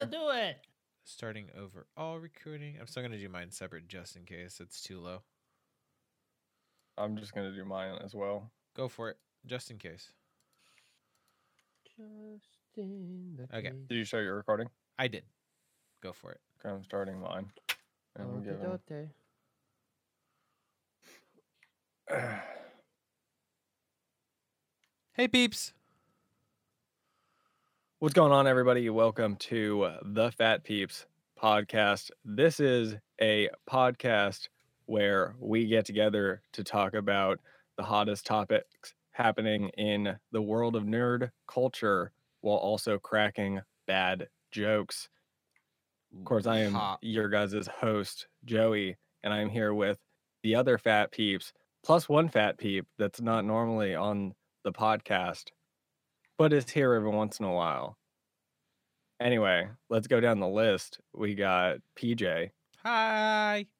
to do it. Starting overall recruiting. I'm still gonna do mine separate just in case it's too low. I'm just gonna do mine as well. Go for it, just in case. Okay. Did you show your recording? I did. Go for it. Okay, I'm starting mine. And we'll give him- Hey peeps. What's going on, everybody? Welcome to uh, the Fat Peeps podcast. This is a podcast where we get together to talk about the hottest topics happening in the world of nerd culture while also cracking bad jokes. Of course, I am Hot. your guys' host, Joey, and I'm here with the other Fat Peeps, plus one Fat Peep that's not normally on the podcast, but is here every once in a while. Anyway, let's go down the list. We got PJ. Hi.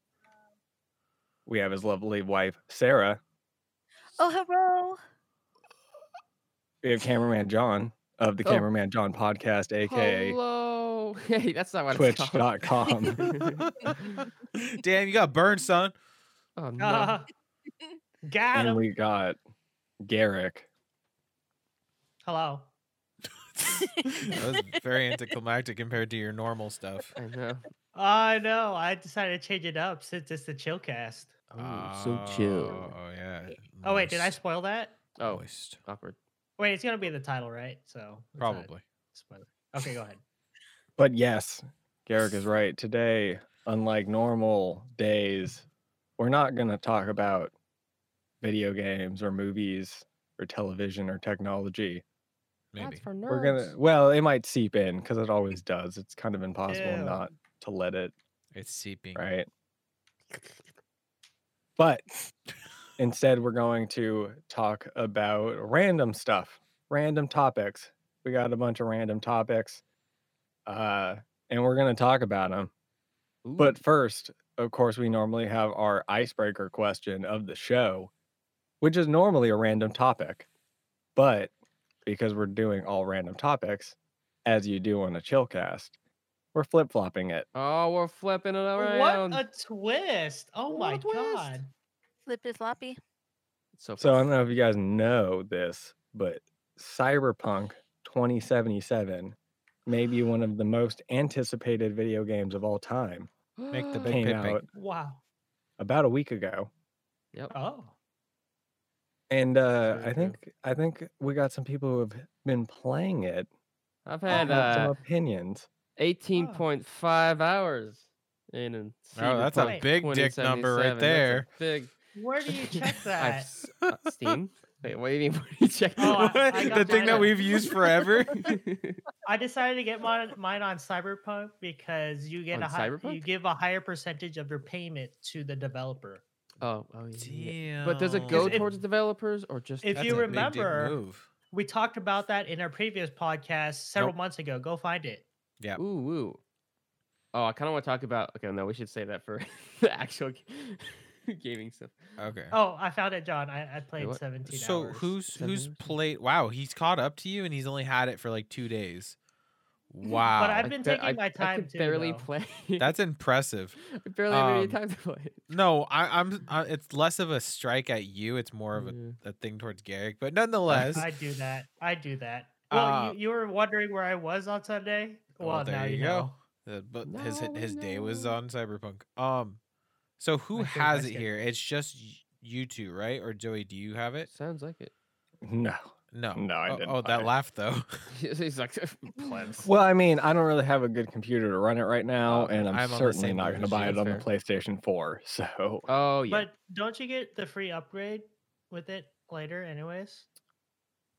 We have his lovely wife, Sarah. Oh, hello. We have cameraman John of the Oh. Cameraman John podcast, aka Hello. Hey, that's not what it's called. Twitch.com. Damn, you got burned, son. Oh, no. Uh, got and him. we got Garrick. Hello. that was very anticlimactic compared to your normal stuff. I know. I know. I decided to change it up since it's the chill cast. Oh, so chill. Oh, oh, yeah. Oh wait, did I Moist. spoil that? Uh, Oh, Moist. awkward. Wait, it's gonna be in the title, right? So it's not Probably. spoiler. Okay, go ahead. But yes, Garrick is right. Today, unlike normal days, we're not going to talk about video games or movies or television or technology. Maybe. That's for nerds. We're going to, well, it might seep in because it always does. It's kind of impossible Ew. not to let it, It's seeping. right? But instead, we're going to talk about random stuff, random topics. We got a bunch of random topics, uh, and we're going to talk about them. But first, of course, we normally have our icebreaker question of the show, which is normally a random topic. But because we're doing all random topics, as you do on a chillcast, we're flip flopping it. Oh, we're flipping it around. What a twist! Oh my What a twist. god. Flippy floppy. It's so, So I fun. don't know if you guys know this, but Cyberpunk 2077, maybe one of the most anticipated video games of all time, Make the big came pig bank. out Wow. about a week ago. Yep. Oh. And uh, I Very true. think I think we got some people who have been playing it I've have had some uh, opinions. 18.5 hours in. and Oh, that's a Wait. big dick number right there. Big. Where do you check I've that? s- uh, Steam. Wait, what do you mean? What do you check? Oh, I- I What? got the thing mine that on- we've used forever. I decided to get mine, mine on Cyberpunk because you get On a high, you Cyberpunk? give a higher percentage of your payment to the developer. oh, oh, yeah, yeah. Damn. But does it go If- towards developers or just? if the you dev- rem- remember- We talked about that in our previous podcast several Nope. months ago. Go find it. Yeah. Ooh, ooh. Oh, I kind of want to talk about. Okay, no, we should say that for the actual g- gaming stuff. Okay. Oh, I found it, John. I, I played what? 17 so hours. who's Seven who's hours. played? Wow, he's caught up to you, and he's only had it for like two days. Wow, I've I been bar- taking I- my I time could too, barely though. play. that's impressive. I barely have any um, time to play. No, I, I'm. I, it's less of a strike at you. It's more of a, Yeah. a thing towards Garrick, but nonetheless, Mm. I do that. I do that. Well, Uh, you, you were wondering where I was on Sunday. Well, Well, now there you you know. go. uh, but his Now we his day was know. on Cyberpunk. Um, so who I think I has it skipped. here? It's just y- you two, right? Or Joey, do you have it? Sounds like it. No. No, No, I Oh, didn't Oh, buy that it. laugh though. He's like plebs. Well, I mean, I don't really have a good computer to run it right now, okay. and I'm, I'm on the certainly same not boat going to as buy you. it on the That's PlayStation 4. So, Oh yeah. But don't you get the free upgrade with it later, anyways?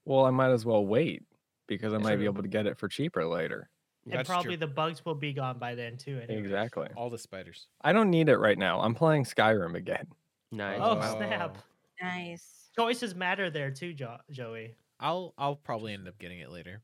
well, I might as well wait because I might be True. able to get it for cheaper later. and That's true. probably the bugs will be gone by then too. Anyways. Exactly. All the spiders. I don't need it right now. I'm playing Skyrim again. nice. Oh wow. snap! Oh. Nice. Choices matter there too, jo- Joey. I'll I'll probably end up getting it later,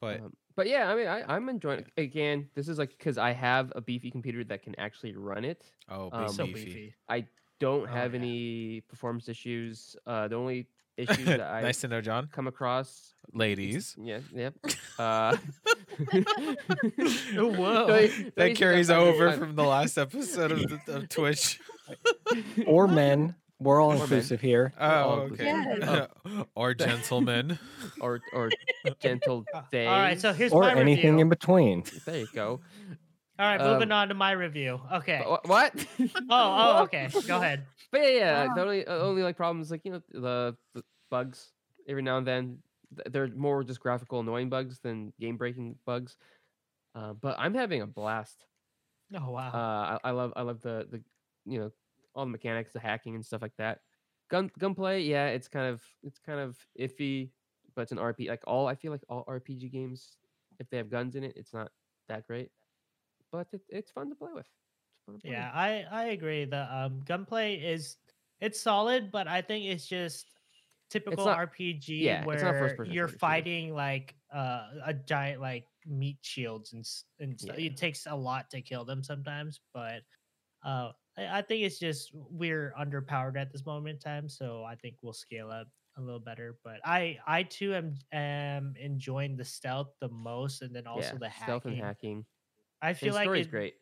but Um, but yeah, I mean, I, I'm enjoying. it. Again, this is like because I have a beefy computer that can actually run it. oh, big um, so beefy. beefy. Don't Oh, have yeah. any performance issues. Uh, the only issues that I nice to know, John. come across. Ladies. Yeah, yep. Uh, Oh, whoa. the issues That carries I find- over I- from the last episode of, the, of Twitch. or men. We're all Or men. inclusive here. Oh, all okay. Yeah. or gentlemen. or or gentle Uh, days. All right, so here's Or my anything review. in between. there you go. All right, moving um, on to my review. Okay. Oh, But wha- What? oh, okay. Go ahead. But yeah, yeah, yeah, the Ah. only uh, only like problems like you know the, the bugs every now and then. th- They're more just graphical annoying bugs than game breaking bugs. Uh, but I'm having a blast. Oh wow. Uh, I, I love I love the the you know all the mechanics, the hacking and stuff like that. Gun gunplay, yeah, it's kind of it's kind of iffy, but it's an RP like all I feel like all RPG games if they have guns in it, it's not that great, but it, it's fun to play with. It's fun to play with. yeah, I I agree. The um, gunplay is it's solid, but I think it's just typical not- RPG yeah, it's not a where first-person you're shooter. fighting like uh, a giant like meat shields and s- and stuff. Yeah. It takes a lot to kill them sometimes, but uh, I, I think it's just we're underpowered at this moment in time. So I think we'll scale up a little better. But I I too am am enjoying the stealth the most, and then also yeah. the hacking. stealth and hacking. I The feel like story's it- great.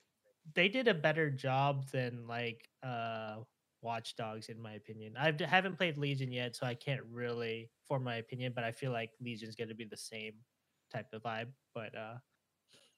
they did a better job than like uh Watch Dogs in my opinion. I haven't played Legion yet, so I can't really form my opinion, but I feel like Legion's going to be the same type of vibe, but uh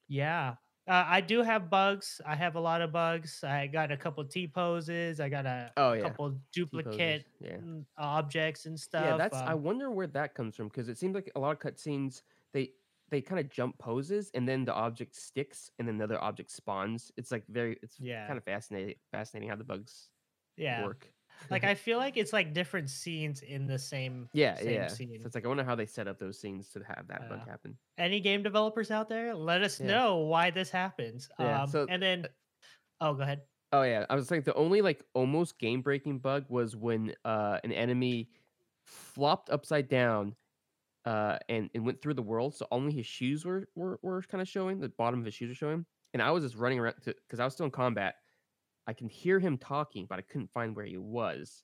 yeah. Uh, I do have bugs. I have a lot of bugs. I got a couple T poses. I got a Oh yeah, couple T-poses, duplicate Yeah, mm, objects and stuff. yeah. That's I um, wonder where that comes from because it seems like a lot of cutscenes they they kind of jump poses and then the object sticks and then another object spawns. It's like very it's Yeah. kind of fascinating fascinating how the bugs yeah. work. Like I feel like it's like different scenes in the same yeah same yeah. scene. Uh, So it's like I wonder how they set up those scenes to have that bug Yeah. happen. any game developers out there, let us Yeah. know why this happens. Yeah, Um, so- uh and then, oh, go ahead. Oh yeah, I was like the only like almost game breaking bug was when uh an enemy flopped upside down uh and, and went through the world so only his shoes were were, were kind of showing the bottom of his shoes were showing and I was just running around because I was still in combat I can hear him talking but I couldn't find where he was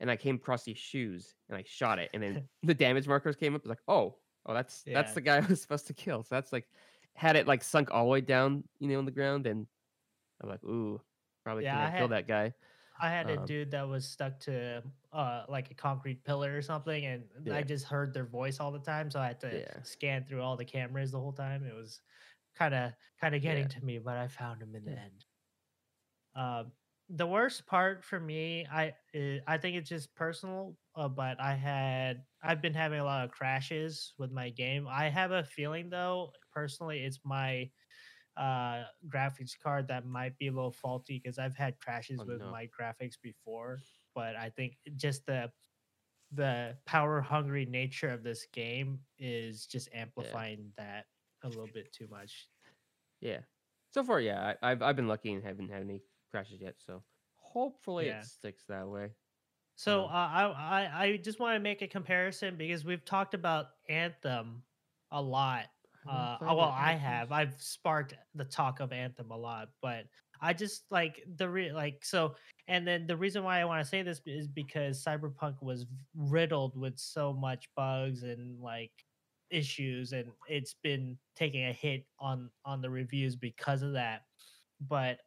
and I came across these shoes and I shot it and then the damage markers came up I was like oh oh that's that's Yeah. the guy I was supposed to kill so that's like had it like sunk all the way down you know on the ground and I'm like ooh probably Yeah, can't I kill had- that guy I had a Um, dude that was stuck to uh, like a concrete pillar or something, and Yeah. I just heard their voice all the time, so I had to Yeah. scan through all the cameras the whole time. It was kind of kind of getting Yeah. to me, but I found him in the Yeah. end. Um, the worst part for me, I i I think it's just personal, uh, but I had I've been having a lot of crashes with my game. I have a feeling though, personally, it's my uh graphics card that might be a little faulty because I've had crashes Oh, with no. my graphics before, but I think just the the power hungry nature of this game is just amplifying that a little bit too much. Yeah. So far, yeah, I, I've I've been lucky and haven't had any crashes yet. So hopefully Yeah. it sticks that way. So Um, uh, I, I I just want to make a comparison because we've talked about Anthem a lot. haven't Uh, played oh, well, that I much. have. I've sparked the talk of Anthem a lot, but I just like the re- like so. And then the reason why I want to say this is because Cyberpunk was v- riddled with so much bugs and like issues, and it's been taking a hit on on the reviews because of that. But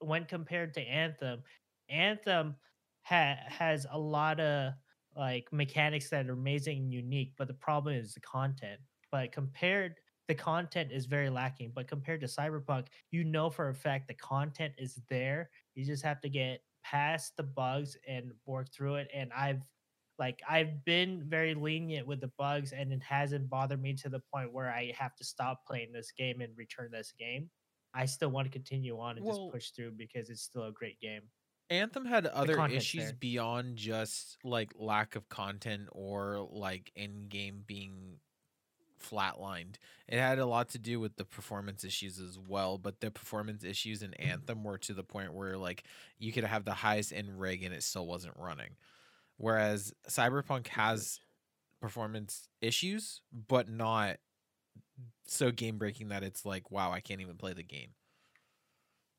when compared to Anthem, Anthem ha- has a lot of like mechanics that are amazing and unique, but the problem is the content. But compared, the content is very lacking. But compared to Cyberpunk, you know for a fact the content is there. You just have to get past the bugs and work through it. And I've like I've been very lenient with the bugs, and it hasn't bothered me to the point where I have to stop playing this game and return this game. I still want to continue on and Well- just push through because it's still a great game. Anthem had other content's issues there. beyond just like lack of content or like end game being flatlined. It had a lot to do with the performance issues as well, but the performance issues in Anthem were to the point where like you could have the highest end rig and it still wasn't running. Whereas Cyberpunk has performance issues, but not so game breaking that it's like, wow, I can't even play the game.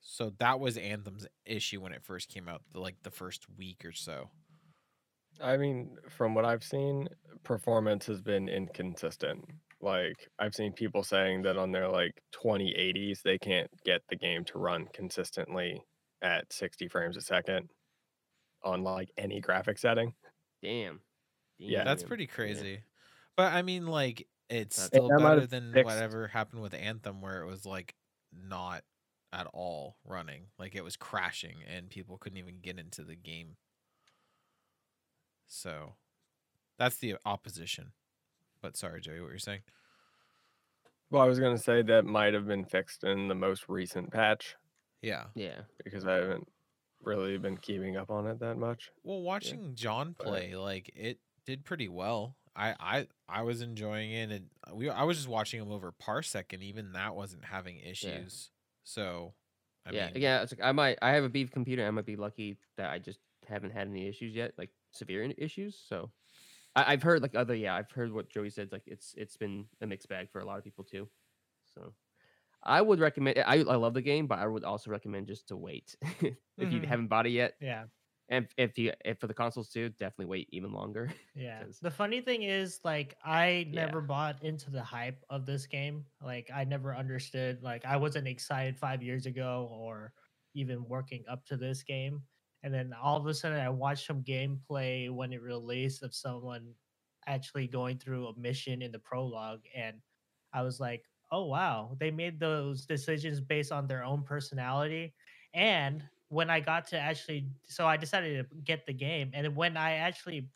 So that was Anthem's issue when it first came out, the- like the first week or so. I mean, from what I've seen, performance has been inconsistent. Like I've seen people saying that on their like 2080s, they can't get the game to run consistently at 60 frames a second on like any graphic setting. Damn. Yeah. That's Damn. pretty Yeah. crazy. But I mean, like, it's That's- still that might better have than fixed- whatever happened with Anthem, where it was like not at all running, like it was crashing, and people couldn't even get into the game. So, that's the opposition. But sorry, Joey, what you're saying? Well, I was gonna say that might have been fixed in the most recent patch Yeah. Yeah. because I haven't really been keeping up on it that much. Well, watching John But- play, like it did pretty well. I I I was enjoying it, and we I was just watching him over Parsec, and even that wasn't having issues. So, I yeah. mean, yeah. It's like I might. I have a beef computer. I might be lucky that I just haven't had any issues yet, like severe in- issues. So, I, I've heard like other. Yeah, I've heard what Joey said. Like it's it's been a mixed bag for a lot of people too. So, I would recommend. I I love the game, but I would also recommend just to wait if you Mhm. haven't bought it yet, Yeah. and if you if for the consoles too, definitely wait even longer. Yeah. 'Cause- The funny thing is, like, I Yeah. never bought into the hype of this game. Like, I never understood. Like, I wasn't excited five years ago or even working up to this game. And then all of a sudden, I watched some gameplay when it released of someone actually going through a mission in the prologue. And I was like, oh, wow, they made those decisions based on their own personality. And when I got to actually, so I decided to get the game. And when I actually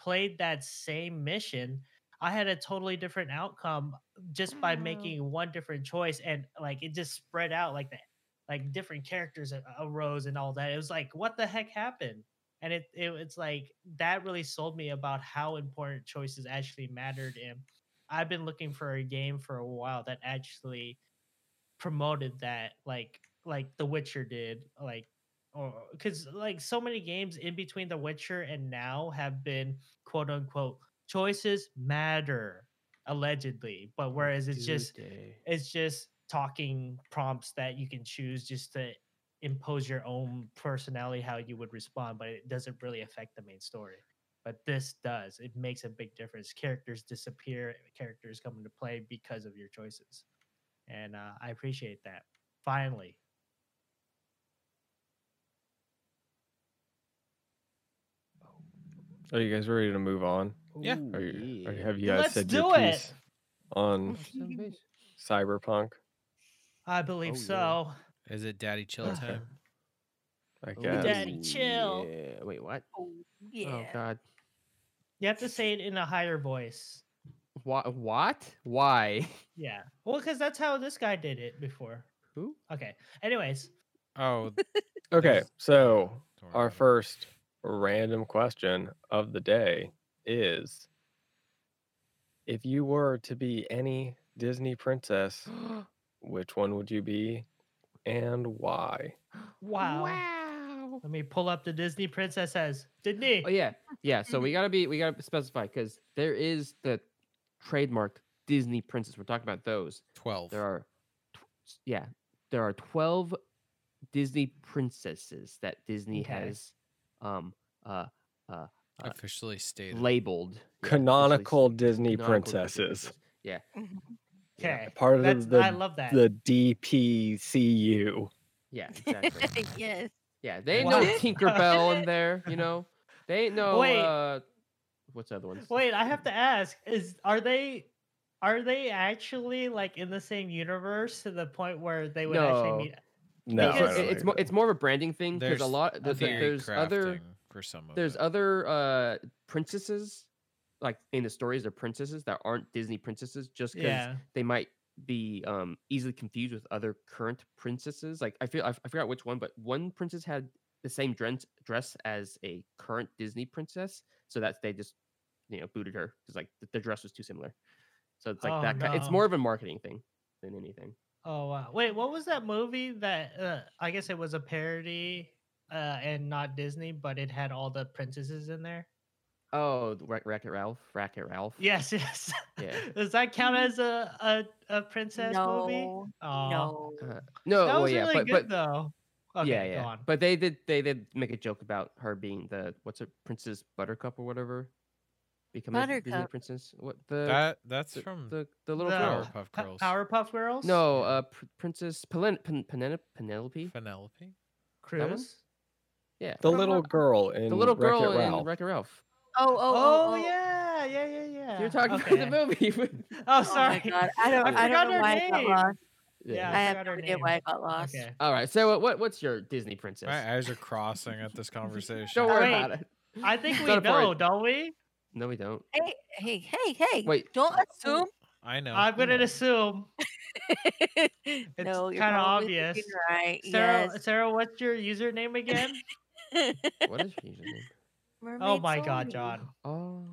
played that same mission, I had a totally different outcome just by Wow. making one different choice, and like it just spread out like that, like different characters a- arose and all that. It was like, what the heck happened? And it, it it's like that really sold me about how important choices actually mattered. And I've been looking for a game for a while that actually promoted that, like like The Witcher did, like or because like so many games in between The Witcher and now have been quote unquote choices matter allegedly, but whereas it's just it's just talking prompts that you can choose just to impose your own personality how you would respond, but it doesn't really affect the main story. But this does. It makes a big difference. Characters disappear, characters come into play because of your choices. And uh, I appreciate that. Finally. Are you guys ready to move on? Yeah. Are you, are you- yeah. have you guys Let's said your do it. piece on Son of a bitch. Cyberpunk? I believe Oh, yeah. so. Is it Daddy Chill time? I Oh, guess. Daddy, chill. yeah. Wait, what? Oh, yeah. Oh God. You have to say it in a higher voice. What? What? Why? Yeah. Well, because that's how this guy did it before. Who? Okay. Anyways, Oh, Okay, There's- so don't worry our about it. first random question of the day is if you were to be any Disney princess, which one would you be and why? wow. Wow. Let me pull up the Disney princess as Disney. Oh yeah, yeah. So we gotta be we gotta specify because there is the trademark Disney princess. We're talking about those. twelve. There are, tw- s- yeah, there are twelve Disney princesses that Disney Okay. has um uh uh, officially stated. labeled yeah, officially s- Canonical Disney canonical Disney princesses, yeah. Okay. part of That's, the I love that. the DPCU. Yeah, exactly. yes. yeah, they ain't no Wow. Tinkerbell in there. You know, they ain't no. Wait. Uh, what's the other ones? Wait, I have to ask: Is are they are they actually like in the same universe to the point where they would No. actually meet? No, I Because don't it- it's think more, so. it's more of a branding thing because There's a lot there's, theory there's other crafting for some of there's it. other uh princesses like in the stories they're princesses that aren't Disney princesses just because Yeah. they might be um easily confused with other current princesses. Like I feel I, f- I forgot which one, but one princess had the same dress dress as a current Disney princess, so that they just you know booted her because like the, the dress was too similar. So it's like Oh, that. ki- It's no. more of a marketing thing than anything. Oh wow! Wait, what was that movie that? Uh, I guess it was a parody, uh, and not Disney, but it had all the princesses in there. Oh, the Wreck- Wreck-It Ralph, Wreck-It Ralph. Yes, yes. Yeah. Does that count as a a, a princess no. movie? Aw. No. Uh, no, that well, was yeah, really but good but though. Okay, yeah, go yeah. on. But they did they did make a joke about her being the what's it, Princess Buttercup or whatever, becoming a Disney Buttercup. princess. What the That that's the, from the, the little The girl? Powerpuff Pa- Girls. Powerpuff Girls? No, uh, pr- Princess Pelen- Pen- Penel- Penelope. Penelope. one? Cruise? Yeah, The From little Ralph. girl in the little girl Wreck-It in Ralph. Wreck-It Ralph. Oh, oh, Oh, oh, oh. yeah, yeah, yeah, yeah. You're talking Okay. about the movie. Oh, Oh sorry. my god, I don't, I I, forgot don't know her why I got name. lost. Yeah, I I have forgot no her idea name. why I got lost. Okay. All right. So uh, what what's your Disney princess? My eyes are crossing at this conversation. Don't worry Oh, Wait. about it. I think we Done for it. know, don't we? No, we don't. Hey, hey, hey, hey! Wait. don't assume. I know. I'm going know. to assume. no, you're kinda probably thinking obvious. Right? Sarah, yes. Sarah, what's your username again? What is her username? oh Mermaid my god, Zoe. John. Oh,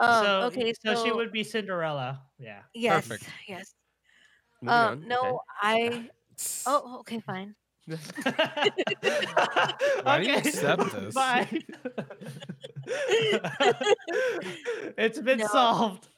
Um, so, okay, so she would be Cinderella. Yeah. Yes, Perfect. yes. Uh, moving on, Um, okay. no, I. Oh, okay, fine. Why do you accept this? Bye. it's been No. solved.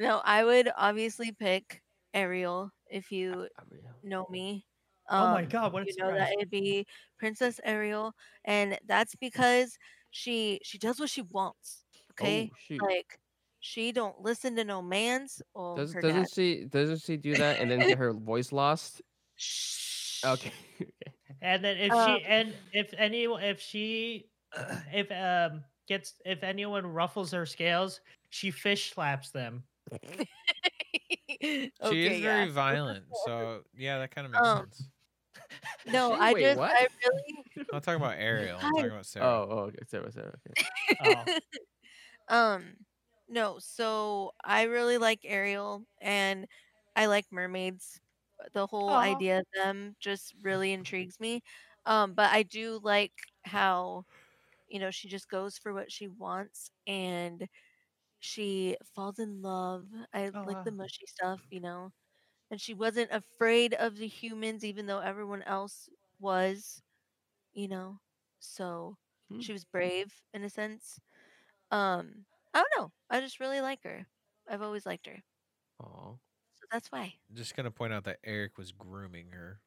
no, I would obviously pick Ariel if you I mean, know me. oh my Um, god, what a you know surprise. that it'd be Princess Ariel, and that's because she she does what she wants. Okay, Oh, shoot. like she don't listen to no man's or Does, her doesn't dad. she doesn't she do that and then get her voice lost? Shh. Okay. And then if Um, she and if anyone if she if um gets if anyone ruffles her scales, she fish slaps them. she She okay, is very yeah. violent, so yeah, that kind of makes Oh. Um, sense. No, Shit, I wait, just what? I really I'm not talking about Ariel. I'm I- talking about Oh, Sarah. oh, okay. Sarah, Sarah. Okay. Oh. um no, so I really like Ariel and I like mermaids. uh, The whole Aw. idea of them just really intrigues me. Um but I do like how you know she just goes for what she wants and she falls in love. I Oh, like the wow. mushy stuff, you know. And she wasn't afraid of the humans even though everyone else was, you know. So Hmm. she was brave in a sense. Um I don't know. I just really like her. I've always liked her. Aw. So that's why. Just gonna point out that Eric was grooming her.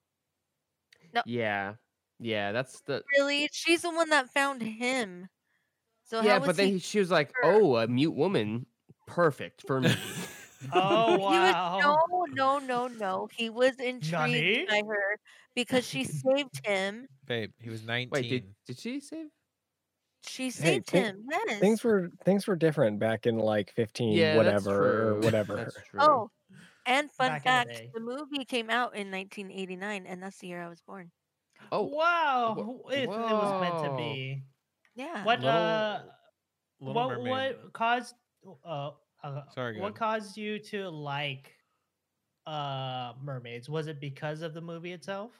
Yeah, yeah. That's the Really? She's the one that found him. So yeah. how was But then he he, she was like, her? "Oh, a mute woman, perfect for me." Oh He was- wow. no, no, no, no. He was intrigued Nani? by her because she saved him. Babe, he was 19. Wait, did did she save? She Hey, saved thi- him. Yes. Things were things were different back in like 15 Yeah, that's whatever or true, whatever. That's true. Oh, and fun Back in the fact: day. the, movie came out in 1989, and that's the year I was born. oh, wow. wha- It, it was meant to whoa. be. Yeah. What Little- uh Little what Mermaid. what caused uh, uh Sorry, go what ahead. caused you to like uh mermaids was it because of the movie itself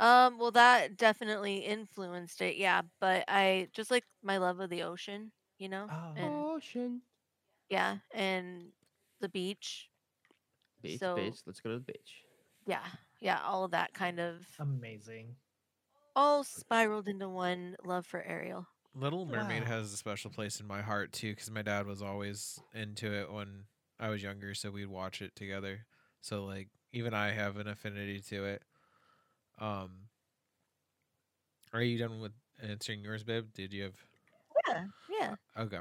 Um. Well, that definitely influenced it. Yeah, but I just like my love of the ocean. You know. Oh. And ocean. yeah, and the beach. Beach, So- beach. Let's go to the beach. Yeah. Yeah. All of that kind of amazing all spiraled into one love for Ariel. Little Mermaid Wow. has a special place in my heart too, because my dad was always into it when I was younger, so we'd watch it together. So like, even I have an affinity to it. Um, are you done with answering yours, babe? Did you have? Yeah. Yeah. Okay.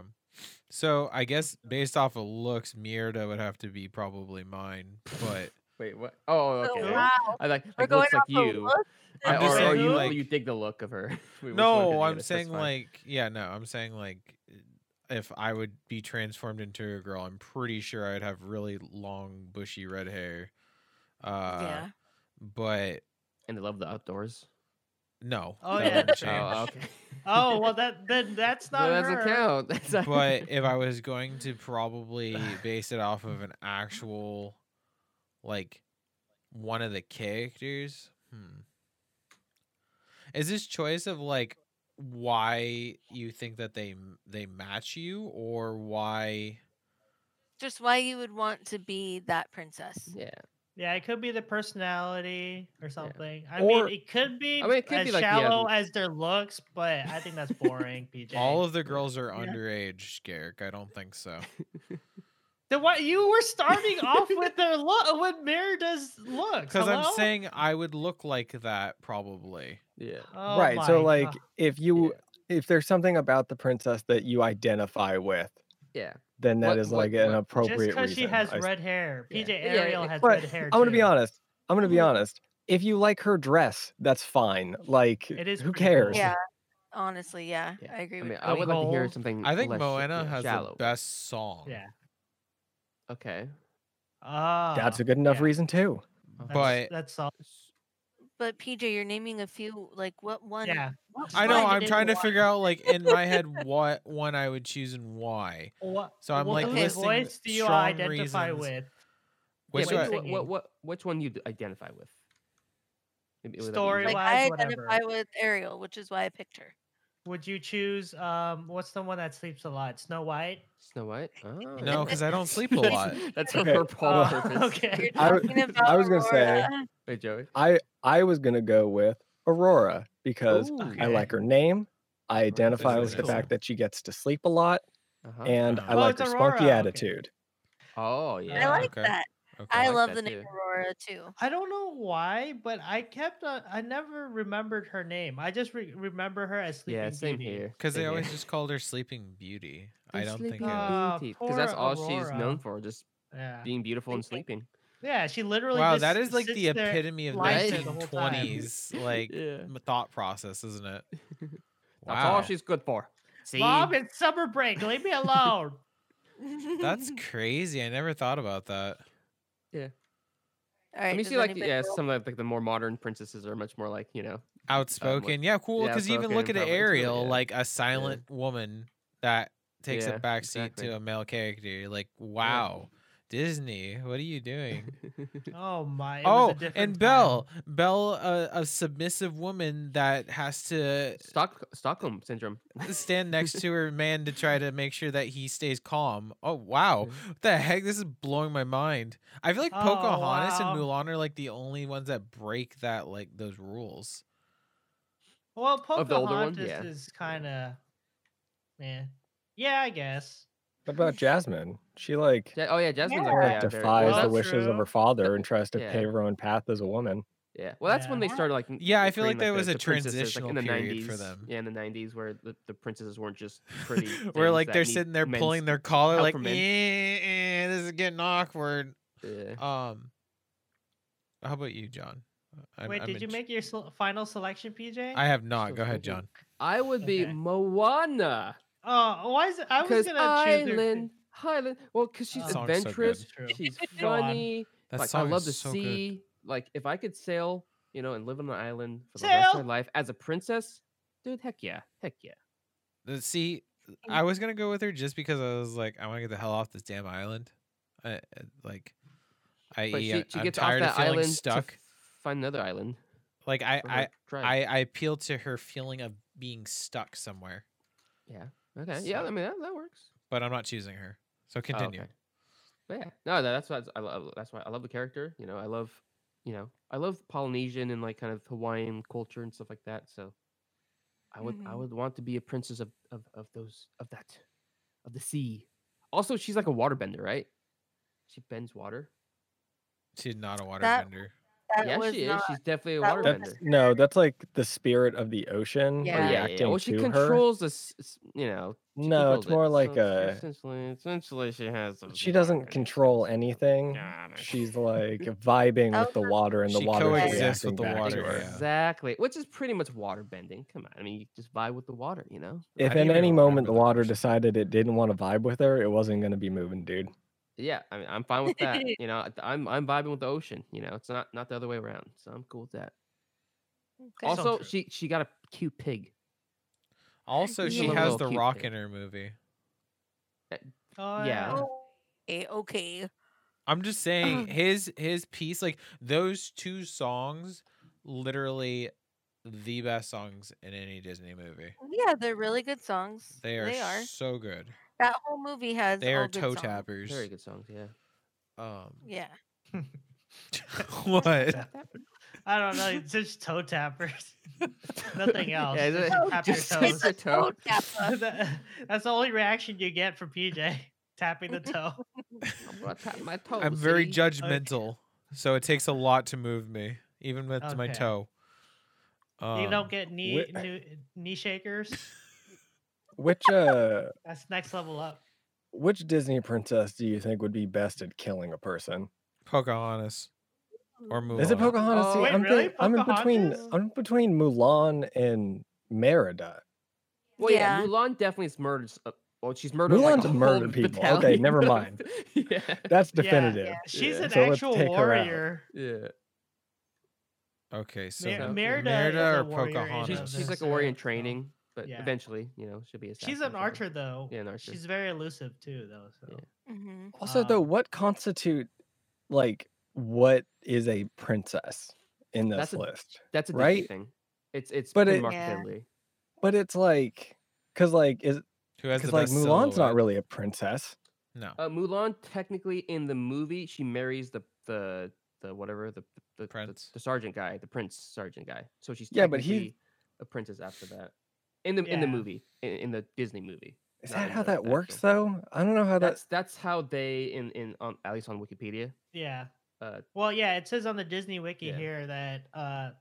So I guess based off of looks, Mierda would have to be probably mine, but Wait, what? Oh, okay. So, wow. I like, We're like going looks like off of you. looks? I'm I- just or, saying, or you, like- you dig the look of her. Which one could No, it be? I'm That's- that's saying fine. like yeah, no, I'm saying like if I would be transformed into a girl, I'm pretty sure I'd have really long bushy red hair. Uh yeah. but and they love the outdoors. no. Oh, that yeah. wouldn't Oh, change. okay. oh well that then that's not that doesn't her. count. That's not- But if I was going to probably base it off of an actual like one of the characters, hmm. Is this choice of like why you think that they they match you or why Just why you would want to be that princess. yeah, yeah it could be the personality or something i Or- mean it could be I mean, it could as be, like, yeah, shallow the- as their looks but i think that's boring pj All of the girls are Yeah. underage, Garrick. I don't think so. Then what? You were starting off with their look, with Merida's look. Because I'm hello? saying I would look like that probably. Yeah. Oh right. So my like God. if you if there's something about the princess that you identify with, Yeah. then that What- is what- like what- an just appropriate just because reason. she has I s- red hair, Yeah. PJ Yeah, Ariel it- has But red hair. I'm gonna be too. Mm-hmm. honest. I'm gonna be Mhm. honest. If you like her dress, that's fine. Like It is who pretty cool. cares? Yeah. Honestly, yeah, Yeah. I agree I with mean, you. I would like to hear Nicole. something. I think less sh- Moana yeah, has shallow. the best song. Yeah. Okay. Ah, That's a good enough yeah. reason too. Uh-huh. But- that's all. But PJ, you're naming a few. Like, what one? Yeah, what I know. one I'm is trying to one? figure out like in my head what one I would choose and why. What, So I'm, what like, okay, listing voice do you strong identify reasons. with? Yeah, Which but but I- you- what, what, what, which one you d- identify with? Maybe it would be Story easier. Like, Realize I whatever. identify with Ariel, which is why I picked her. Would you choose um what's the one that sleeps a lot? Snow White? Snow White. Oh. No, because I don't sleep a That's- lot. That's her Okay. purple Uh, purpose. okay. I w- Talking I about was gonna say Aurora, Wait, Joey. I I was gonna go with Aurora because Ooh. I Okay. like her name. I identify really with the cool. fact that she gets to sleep a lot, Uh-huh. and I Oh, like it's her spunky Aurora, okay. attitude. oh yeah. I like okay. that. Okay. I, like love that the name too. Aurora too. I don't know why, but I kept uh, I never remembered her name. I just re- remember her as Sleeping yeah. Same Beauty. here. Because same they here. always just called her Sleeping Beauty. I The don't think. Sleeping It, Uh, Beauty, 'cause poor that's all she's Aurora. known for, just Yeah. being beautiful and sleeping. Yeah, she literally wow, just that is like sits the there- epitome of lies to the whole 1920s like yeah. m- thought process, isn't it? That's all Wow. she's good for. See? Mom, it's summer break. Leave me alone. That's crazy. I never thought about that. All right. I mean, does see, like, anybody yeah, roll? some of like the more modern princesses are much more like you know. Outspoken. yeah, cool. yeah, Because even look at outspoken, probably, too, Ariel, yeah. like a silent woman that takes Yeah, a backseat exactly. to a male character. You're Like, wow, Disney, what are you doing? Oh my! it was a oh, different and time. Belle, Belle, a, a submissive woman that has to Stock- Stockholm syndrome. stand next to her man to try to make sure that he stays calm. Oh wow, what the heck! This is blowing my mind. I feel like Oh, Pocahontas wow. and Mulan are like the only ones that break that like those rules. Well, Of the older ones, Pocahontas yeah. is kind of, yeah, yeah, I guess. What about Jasmine? She like Ja- oh yeah, Jasmine's like, like yeah, very- defies well, the that's wishes true. of her father and tries to Yeah. pave her own path as a woman. Yeah. Well, that's when they Yeah. started like. Yeah, I feel like there that was a like, transitional in the period 90s, for them. Yeah, in the 90s where the, the princesses weren't just pretty. Where things like that they're need sitting there men's- pulling their collar, help like, from eh, men. eh, this is getting awkward. Yeah. Um, how about you, John? I'm- Wait, I'm did you int- make your sel- final selection, PJ? I have not. Still Go ahead, thinking. John. I would be Okay. Moana. Oh, why is it? I was Because gonna choose her- Island, Highland. Well, because she's That song's so good. adventurous. True. she's Go on. funny. That like I song love is the so sea. Like if I could sail, you know, and live on an island for the rest Sail! of my life as a princess, dude, heck yeah, heck yeah. good. Uh, See, I was gonna go with her just because I was like, I want to get the hell off this damn island. I, I- like, I, uh, But she, she I'm gets off tired that of feeling island stuck. to f- find another island. like, I, for her I, tribe. I, I appeal to her feeling of being stuck somewhere, Okay. Yeah, So- I mean that, that works. but I'm not choosing her. So Oh, continue. okay. But yeah, no, that- that's why I love. That's why I love the character. You know, I love, you know, I love Polynesian and like kind of Hawaiian culture and stuff like that. So, I would, I Mhm. would want to be a princess of of of those of that, of the sea. Also, she's like a waterbender, right? She bends water. She's not a That- waterbender. That yeah, was she not. is. She's definitely a that was- waterbender. Oh, That's no, that's like the spirit of the ocean Yeah. Yeah, yeah, reacting Well, she to her. controls this. You know. she No, controls it's more it, like so she a- Essentially, essentially, she has. those She doesn't water control things. anything. Yeah, I know. She's like vibing with the Okay. water and the She water coexists with the water, yeah. Exactly. Which is pretty much water bending. Come on. I mean, you just vibe with the water, you know? I If didn't in even any remember moment the that water person. decided it didn't want to vibe with her, it wasn't going to be moving, dude. Yeah, I mean, I'm fine with that. you know, I'm I'm vibing with the ocean, you know. It's not not the other way around. So I'm cool with that. Okay. Also also, true. she she got a cute pig. Also, she Yeah. has Little the cute rock thing. in her movie. Oh, Yeah. yeah. okay, okay. I'm just saying his his piece, like those two songs, literally the best songs in any Disney movie. Yeah, they're really good songs. They are, so good. That whole movie has. They are all good toe songs. tappers. Very good songs, yeah. Um, Yeah. what? I don't know. It's just toe tappers. Nothing else. Yeah, just the- tap your just toes. hit the Oh, toe. Toe tapper. That- That's the only reaction you get from PJ tapping the toe. I'm gonna tap my toe. I'm very see? judgmental, so it takes a lot to move me, even with my Okay. toe. you Um, don't get knee whi- new, knee shakers. Which uh That's next level up. which Disney princess do you think would be best at killing a person? Pocahontas or Mulan. Is it Pocahontas? See, Oh, wait, I'm, really? thi- I'm in between Pocahontas? I'm between Mulan and Merida. Well, yeah. Yeah. Mulan definitely is murdered. s- Uh, well, she's murdered. like, Mulan's a whole murdered people. Okay, battalion never of- mind. yeah, That's Yeah, yeah. definitive. She's Yeah. an So let's actual take her out. warrior. yeah. Okay, so Mer- Yeah. Merida, Merida is a or warrior in Pocahontas? of She's, she's like a herself, warrior in so- training, but Yeah. eventually, you know, she'll be. A She's an archer though. Yeah, an archer. She's very elusive too though. So. Yeah. hmm Also, though, Um, what constitute like what is a princess in this That's a- list? That's a Disney right? thing. It's it's But pretty it- marked Yeah. differently. But it's like because like is who has the because like best Mulan's silhouette? not really a princess. No. Oh. Uh, Mulan technically in the movie she marries the the the whatever the the, the- Prince. the, sergeant guy the prince sergeant guy. So she's Yeah, but he- technically a princess after that in the in the Yeah. movie in, in the Disney movie. Is not that in how the that works actual- though? I don't know how that. That's that's how they in in on at least on Wikipedia. Yeah. Uh, Well, yeah, it says on the Disney wiki Yeah. here that uh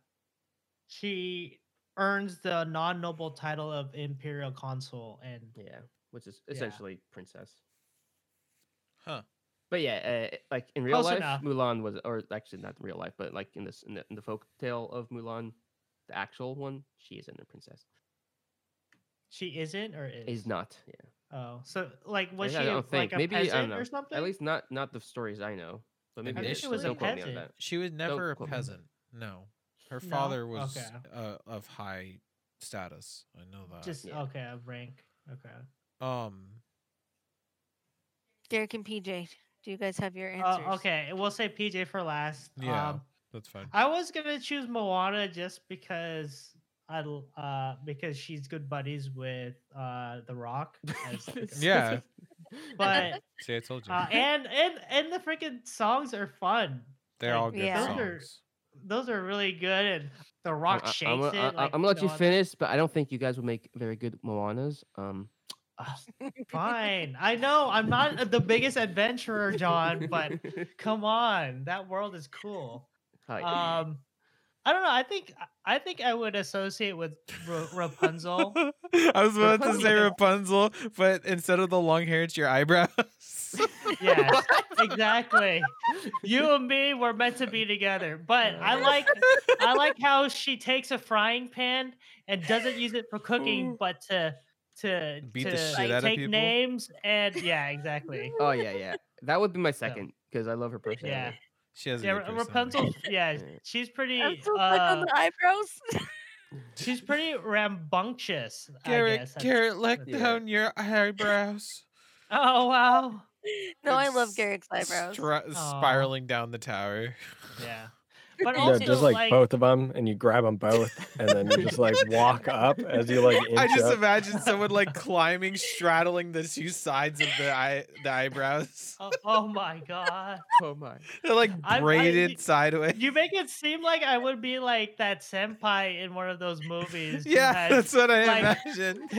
she earns the non-noble title of imperial consul and yeah, which is Yeah. essentially princess. Huh. But yeah, uh, like in real Close life, enough. Mulan was, or actually not in real life, but like in this in the, in the folk tale of Mulan, the actual one, she isn't a princess. she isn't or is Is not. Yeah. Oh, so like was she I don't like think. a Maybe, I don't peasant know. or something? At least not not the stories I know. But maybe think it she is. was a Don't quote me on peasant. that. She was never a quote me on that. peasant. No. Her No? father was Okay. uh, of high status. I know that. Just yeah. okay, of rank. Okay. um Derek and PJ, do you guys have your Uh, answers? okay, we'll say PJ for last. Yeah. Um, that's fine. I was gonna choose Moana just because I l- uh because she's good buddies with uh The Rock. as, like, a- Yeah. But See, I told you. uh, and and and the freaking songs are fun. They're all good Yeah. songs. those are- Those are really good, and The Rock I- shakes I'm, gonna- it. I- I- like, I'm gonna let you no, finish, but I don't think you guys will make very good Moanas. Um, ah, Fine, I know I'm not the biggest adventurer, John, but come on, that world is cool. hi. Um, I don't know. I think I think I would associate with Ra- Rapunzel. I was about to say Rapunzel. Rapunzel, but instead of the long hair, it's your eyebrows. yes, exactly. You and me were meant to be together, but I like I like how she takes a frying pan and doesn't use it for cooking, but to to Beat the to shit like, out of take people? names and yeah, exactly. oh yeah, yeah. That would be my second because I love her Yeah, personality. she has a yeah. good Ra- personality. Rapunzel. Yeah, Yeah. she's pretty. I'm so stuck uh, on the eyebrows. She's pretty rambunctious. I Garrett, guess. that's- Garrett, let Yeah. down your eyebrows. Oh wow. no, I Like love s- Garrick's eyebrows. Stra- Aw. spiraling down the tower. Yeah. But No, No, also, just like, both of them, and you grab them both, and then you just like walk up as you like inch I just up. imagine someone like climbing, straddling the two sides of the eye, the eyebrows. Oh, oh my god. Oh my. They're like I- I- braided you- sideways. You make it seem like I would be like that senpai in one of those movies. who yeah, had- that's what I like- imagine.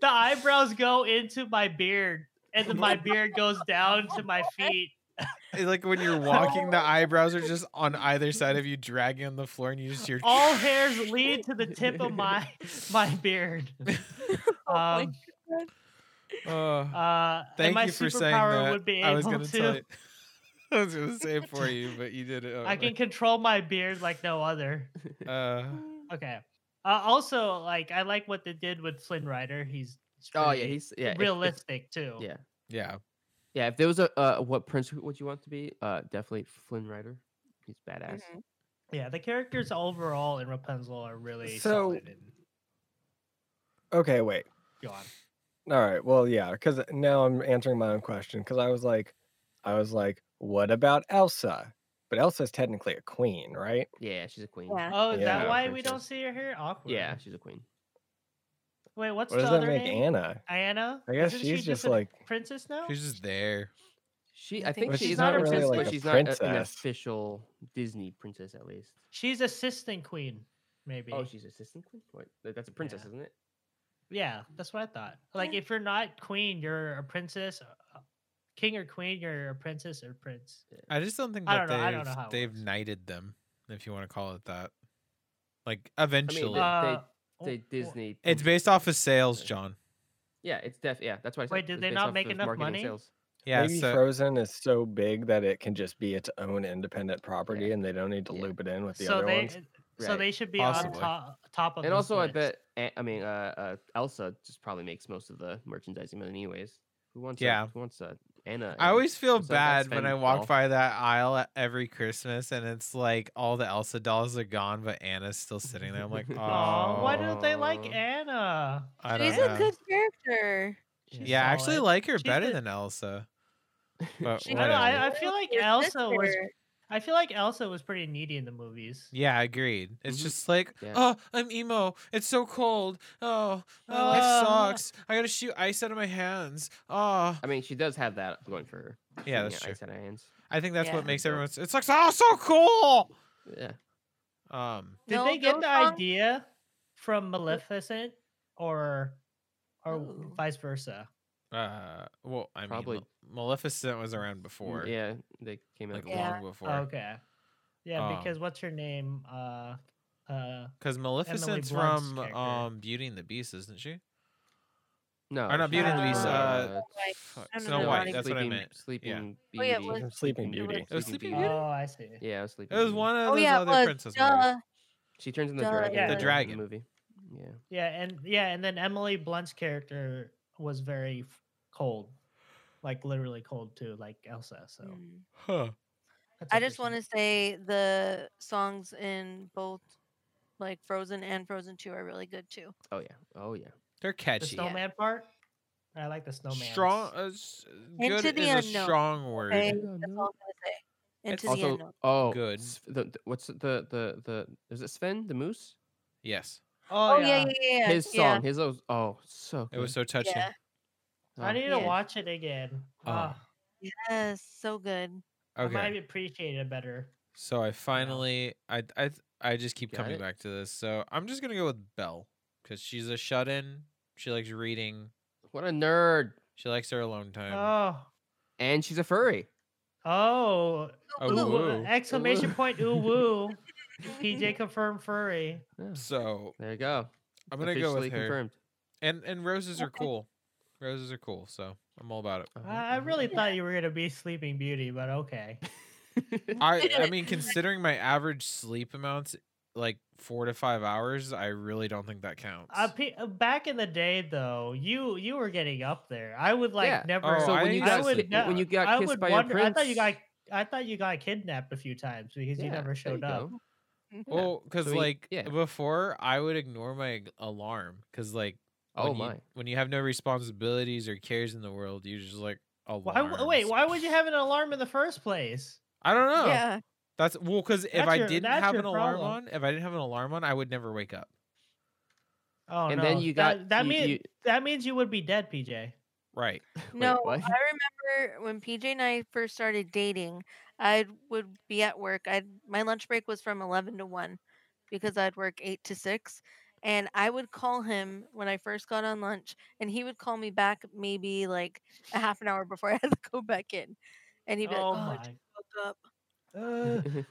the eyebrows go into my beard, and then my beard goes down to my feet. It's like when you're walking, Oh. the eyebrows are just on either side of you, dragging on the floor, and you just hear. All hairs lead to the tip of my my beard. my Um, Oh, uh, and thank my you for saying superpower that. Would be able I was gonna to. tell you. I was gonna say it for you, but you did it. I can control my beard like no other. over. Uh, Okay. Uh, also, like I like what they did with Flynn Rider. He's he's Oh yeah, pretty he's yeah. if- if- realistic too. yeah, yeah. yeah. If there was a uh, what prince would you want to be? Uh, definitely Flynn Rider. He's badass. Mhm. Yeah, the characters overall in Rapunzel are really So- solid and Okay, wait. gone. All right. Well, yeah, because now I'm answering my own question. Because I was like, I was like, what about Elsa? But Elsa's technically a queen, right? Yeah, she's a queen. Yeah. Oh, is Yeah, that why we princess. don't see her here? Awkward. Yeah, she's a queen. Wait, what's What the does that other make name? Anna? Anna. I guess Isn't she's she just an- like princess now. She's just there. She, I I think think But she she's is not not a really princess, like but a she's not a- an princess. official Disney princess, at least. She's assistant queen, maybe. Oh, she's assistant queen. Wait, th- that's a princess, Yeah. isn't it? yeah, that's what I thought. Like, Yeah. if you're not queen, you're a princess. uh, king or queen or a princess or prince. I just don't think I that don't know- I they've, don't know how it they've works. knighted them, if you want to call it that. Like I eventually, mean, they, Uh, they, they Disney. it's promoted- based off of sales, Oh, Yeah. John. Yeah, it's def. Yeah, that's why. I said Wait, it's did they based not off make of enough marketing and money? Sales. Yeah, Maybe so Frozen is so big that it can just be its own independent property, and they don't need to Yeah. loop it in with the so other they ones. so Right. they should be Possibly. on top top of. And Oh, this also, I list. bet. A- I mean, uh, uh, Elsa just probably makes most of the merchandising money, anyways. Who wants? a- Yeah. who wants uh, Anna? I and- always feel what's that- that's bad when I Fen's walk doll. by that aisle at every Christmas and it's like all the Elsa dolls are gone, but Anna's still sitting there. I'm like, oh, Aw, why don't they Aw. like Anna? I don't She's know. a good character. She's yeah, I actually solid. like her She's better the- than Elsa. But She- I, don't know, I, I whatever. feel like Her Elsa was. sister. I feel like Elsa was pretty needy in the movies. Yeah, agreed. It's Mm-hmm. Mhm. just like, Yeah. oh, I'm emo. It's so cold. Oh, my Ah. life sucks. I gotta shoot ice out of my hands. Oh, I mean, she does have that going for her. yeah, shooting that's at true. Ice out of hands. I think that's Yeah. what makes Yeah. everyone. s- It's like, oh, so cool. Yeah. Um, Did No, they get no the song? idea from Maleficent, or or Ooh. vice versa? uh, well, I Probably. mean, Mal- Maleficent was around before. Yeah, they came out. like with- Yeah. long before. Okay, yeah, Um, because what's her name? Uh, uh, Because Blunt's Maleficent's from character. um Beauty and the Beast, isn't she? No, or not she's Beauty and the Beast. from, Uh, uh, White. fuck, Snow Snow White, White. That's what I Sleeping- meant. Sleeping Oh, Beauty. yeah, it was Sleeping Beauty. It was Sleeping Beauty. oh, I see. Yeah, it was Sleeping It was Beauty. one of Oh those yeah, it other was. princess movies. Duh. She turns into the Duh, dragon. yeah. The in dragon. movie. Yeah. Yeah, and yeah, and then Emily Blunt's character was very f- cold, like literally cold too, like Elsa. So Mm. Huh. that's I just interesting. want to say the songs in both like Frozen and Frozen 2 are really good too. Oh yeah. Oh yeah. They're the catchy. snowman part. I like the snowman. Strong. Uh, s- good Into the is a unknown. strong word. Okay, no, that's Mm-hmm. no. all I'm gonna It's say. Into the Also, unknown. oh, Good. S- The, the- what's the the the is it Sven the moose? Yes, Oh, Oh yeah, yeah, yeah. yeah, his yeah. song, his oh, oh so. it was good. so touching. Yeah. Oh, I need to Yeah. watch it again. Oh, Ah, Yes, so good. I Okay, might appreciate it better. so I finally, I, I, I just keep Got coming it. back to this. So I'm just gonna go with Belle because she's a shut-in. She likes reading. Oh, what a nerd! She likes her alone time. Oh, And she's a furry. oh, Oh, ooh, woo. woo, exclamation woo. point, ooh, woo. PJ confirmed furry. Yeah, So There you go. I'm gonna go with Officially her. confirmed. And and roses are Okay. cool. Roses are cool. So I'm all about it. Uh-huh, I I uh-huh. really thought you were gonna be Sleeping Beauty, but okay. uh-huh. I I mean, considering my average sleep amounts, like four to five hours, I really don't think that counts. Uh, pe- uh, back in the day, though, you you were getting up there. I would like Yeah. never. Oh, so I when you didn't got know. ki- ne- when you got I kissed would by wonder. a prince, I thought you got I thought you got kidnapped a few times because yeah, you there never showed up. go. Yeah. well, because so you- like yeah. before, I would ignore my ag- alarm because like when Oh you- my! when you have no responsibilities or cares in the world, you just like Why? alarm. w- Wait, why would you have an alarm in the first place? I don't Oh. know. Yeah. That's well, because if That's I your- didn't that's have your an alarm problem. on, if I didn't have an alarm on, I would never wake up. Oh and no! then you got that, that you- means you- that means you would be dead, PJ. Right. wait, no, what? I remember when PJ and I first started dating, I would be at work. I my lunch break was from 11 to 1 because I'd work 8 to 6 and I would call him when I first got on lunch and he would call me back maybe like a half an hour before I had to go back in. And he'd be Oh like, "Oh, I just my! woke up." Uh,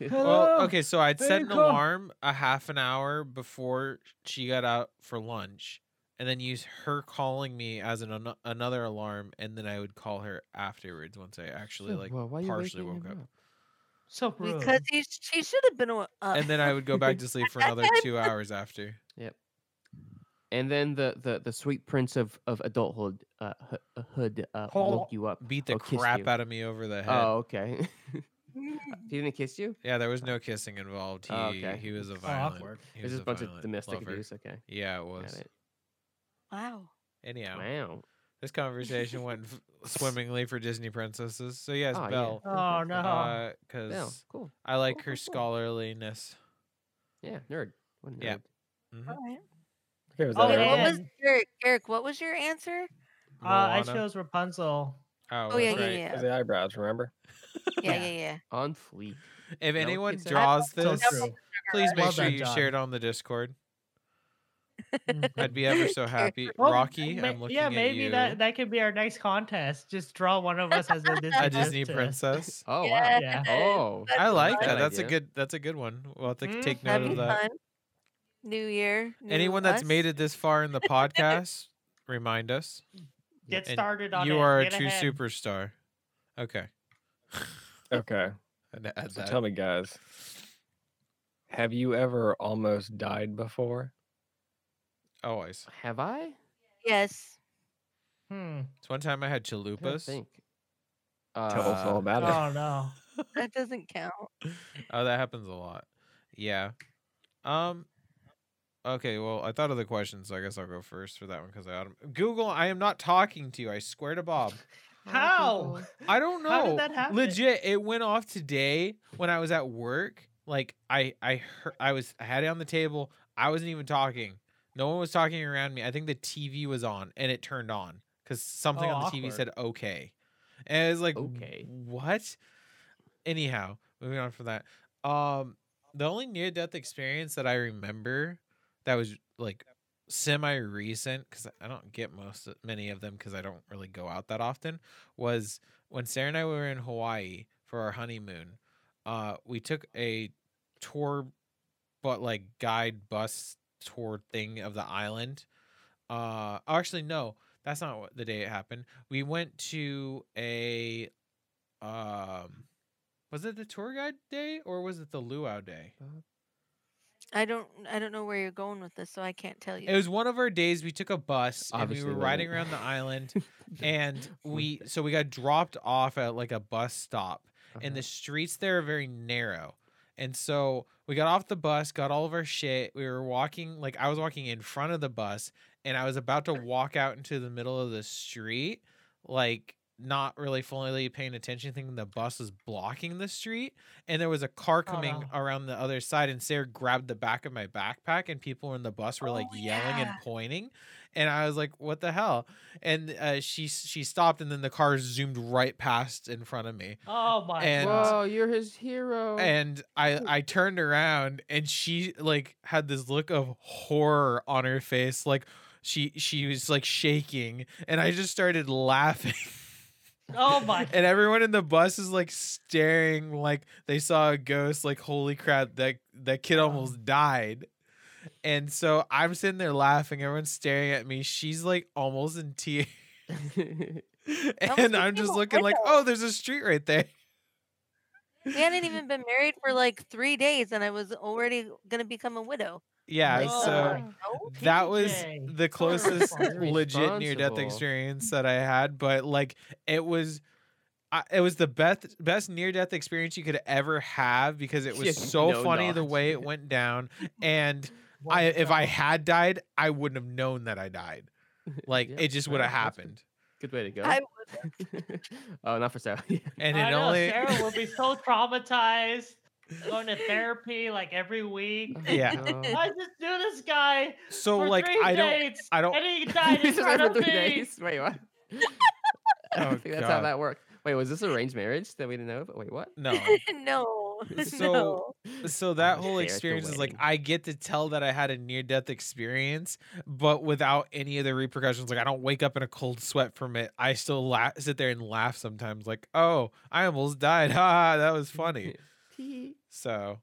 Well, okay, so I'd set an Baker. alarm a half an hour before she got out for lunch, and then use her calling me as an ano- another alarm, and then I would call her afterwards once I actually like, well, why are you partially waking woke him up. So rude. Because he, sh- he should have been uh, awa- up. and then I would go back to sleep for another two hours after. And then the the the sweet prince of of adulthood uh, h- uh, hood uh, woke Call- you up. Beat the Oh, kissed crap you. out of me over the head. Oh, okay. Mm. he didn't kiss you. Yeah, there was no kissing involved. He Oh, okay. he was a Oh, violent. awkward. he It was was just a bunch of violent domestic lover. abuse. Okay. Yeah, it Got was. it. Wow. Anyhow, Wow. this conversation went f- swimmingly for Disney princesses. So yes, Oh, yeah. Belle. oh no! Uh 'cause Well, cool. I like Cool, Oh. her cool, cool. scholarliness. Yeah, nerd. What a Yeah. nerd. All Mhm. right. Okay, was Oh, that Wait, everyone? what was and- Eric? Eric, what was your answer? uh, I Moana. chose Rapunzel. Oh, Oh, yeah, that's yeah, right. It was yeah. the eyebrows, remember? Yeah. Yeah, yeah, yeah. On fleek. If No, anyone it's a- draws So this, true. please make Well sure done, you John. share it on the Discord. I'd be ever so happy. Well, Rocky, ma- I'm looking yeah, at maybe you. that that could be our next contest. Just draw one of us as a Disney, a Disney princess. princess. Oh wow. Yeah. Oh, That's I like fun that. That's a idea. good. That's a good one. We'll have to Mm, take note That'd of be that. fun. New year. new Anyone that's us. made it this far in the podcast, remind us. Get And started on you it. are a Get true ahead. superstar. Okay. Okay. Had to add So that. tell me, guys, have you ever almost died before? Always. have I? I? Yes. Hmm. It's one time I had I don't chalupas. think. Uh, Tell us all about it. Oh no. That doesn't count. oh, that happens a lot. Yeah. Um. Okay. Well, I thought of the question, so I guess I'll go first for that one because I autom- Google. I am not talking to you. I swear to Bob. How? I don't know. How did that happen? Legit, it went off today when I was at work. Like I, I heard, I was, I had it on the table. I wasn't even talking. No one was talking around me. I think the TV was on, and it turned on because something Oh, on the TV awkward. said "okay," and it was like, Okay. what?" Anyhow, moving on from that. Um, the only near-death experience that I remember that was like semi-recent because I don't get most of- many of them because I don't really go out that often was when Sarah and I were in Hawaii for our honeymoon, uh, we took a tour, but like guide bus tour thing of the island. Uh, oh, actually, no, that's not what the day it happened. We went to a, um, was it the tour guide day or was it the luau day? I don't. I don't know where you're going with this, so I can't tell you. It was one of our days. We took a bus Obviously, and we were that riding won't- around the island, and we so we got dropped off at like a bus stop. and Uh-huh. the streets there are very narrow. And so we got off the bus, got all of our shit. We were walking, like I was walking in front of the bus, and I was about to walk out into the middle of the street, like not really fully paying attention, thinking the bus was blocking the street. And there was a car Oh, coming no. around the other side, and Sarah grabbed the back of my backpack, and people in the bus were Oh, like yelling and yeah. pointing. And I was like, "What the hell?" And uh, she she stopped, and then the car zoomed right past in front of me Oh my. And- God. Whoa, you're his Oh. hero. and I I turned around and she like had this look of horror on her face like she she was like shaking and I just started laughing Oh my. and everyone in the bus is like staring like they saw a ghost like holy crap that that Oh. kid almost died and so I'm sitting there laughing everyone's staring at me she's like almost in tears was and the I'm just same looking like window. oh there's a street right there we hadn't even been married for like three days, and I was already gonna become a widow. yeah Like, Nice. so uh, no? that was PJ. the closest Irresponsible. legit near death Irresponsible. experience that I had, but like it was I, it was the best best near death experience you could ever have because it was Yeah, so no funny the knowledge. way it went down and What I if I the- had died I wouldn't have known that I died like Yeah, it just no, would have that's good. happened Good way to go. I oh, not for Sarah. and I it know, only Sarah will be so traumatized. Going to therapy like every week. Yeah. Oh. I just knew this guy so for like three I don't dates, I Oh. don't and he died in This was front over of three me. days. Wait, what? I don't Oh, think that's how God. that worked. Wait, was this arranged marriage that we didn't know? But wait, what? no no. So- no. so that Oh, whole fair, it's the experience is like wedding. I get to tell that I had a near death experience, but without any of the repercussions. Like I don't wake up in a cold sweat from it. I still laugh, sit there and laugh sometimes. Like, oh, I almost died. Ha, ha, that was funny. Tee. So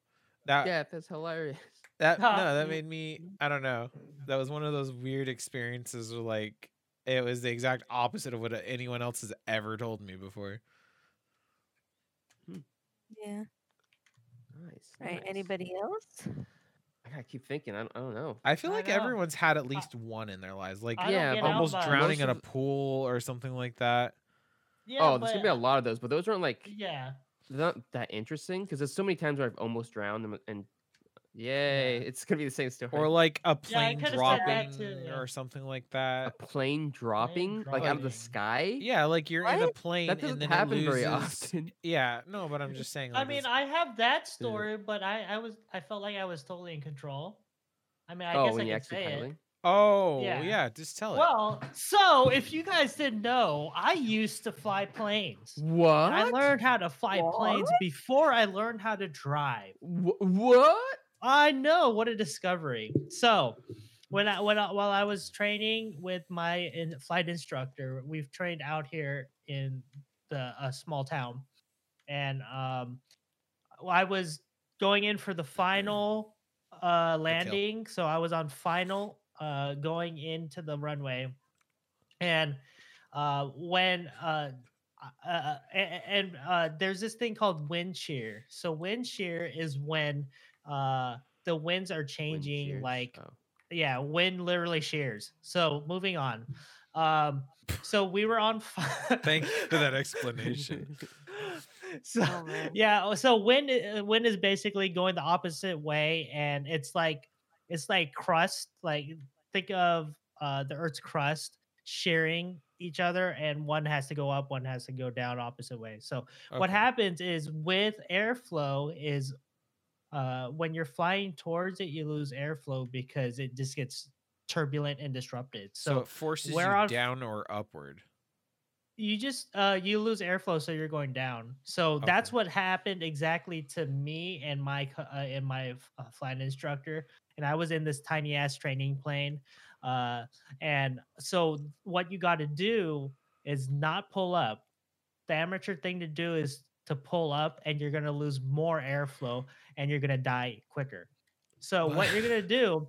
that Yeah, that's hilarious. that Ha. no, that made me. I don't know. That was one of those weird experiences where like it was the exact opposite of what anyone else has ever told me before. Yeah. Nice. Right. nice. Anybody else? I gotta keep thinking. I don't, I don't know. I feel I like know. everyone's had at least one in their lives. Like I don't Yeah, get out almost much. drowning Most in a of- pool or something like that. Yeah, oh, there's gonna be a but- lot of those, but those aren't like Yeah. they're not that interesting because there's so many times where I've almost drowned and, and yay, it's gonna be the same story. Or like Yeah, a I plane kinda said dropping that too, yeah. or something like a that. plane dropping like out of dropping. the sky. Yeah, like you're in a What? plane that and doesn't then happen it loses. very often. Yeah, no, but I'm just saying. Like, I mean, it's- I have that story, but I, I was I felt like I was totally in control. I mean, I oh, guess I when you can actually say it. paddling. oh yeah. yeah. just tell it. Well, so if you guys didn't know, I used to fly planes. What? And I learned how to fly planes What? before I learned how to drive. Wh- what? I know what a discovery. So, when I when I, while I was training with my in, flight instructor, we've trained out here in the a small town, and um, I was going in for the final uh landing, so I was on final uh going into the runway, and uh when uh uh, uh, a- and uh, there's this thing called wind shear. So wind shear is when uh, the winds are Wind changing, shears. like Oh. yeah, wind literally shears. So moving on. Um, so we were on. Fi- Thank you for that explanation. so Oh, man. yeah, oh, so wind i- uh, wind is basically going the opposite way, and it's like it's like crust. Like think of uh, the Earth's crust shearing each other, and one has to go up, one has to go down opposite way. So what Okay. happens is with airflow is uh, when you're flying towards it, you lose airflow because it just gets turbulent and disrupted. So, So it forces you we're on- down or upward. you just uh, you lose airflow, so you're going down. So that's Okay. what happened exactly to me and my co- uh, and my f- uh, flight instructor. And I was in this tiny ass training plane, uh, and so what you got to do is not pull up. The amateur thing to do is to pull up, and you're gonna lose more airflow, and you're gonna die quicker. So what you're gonna do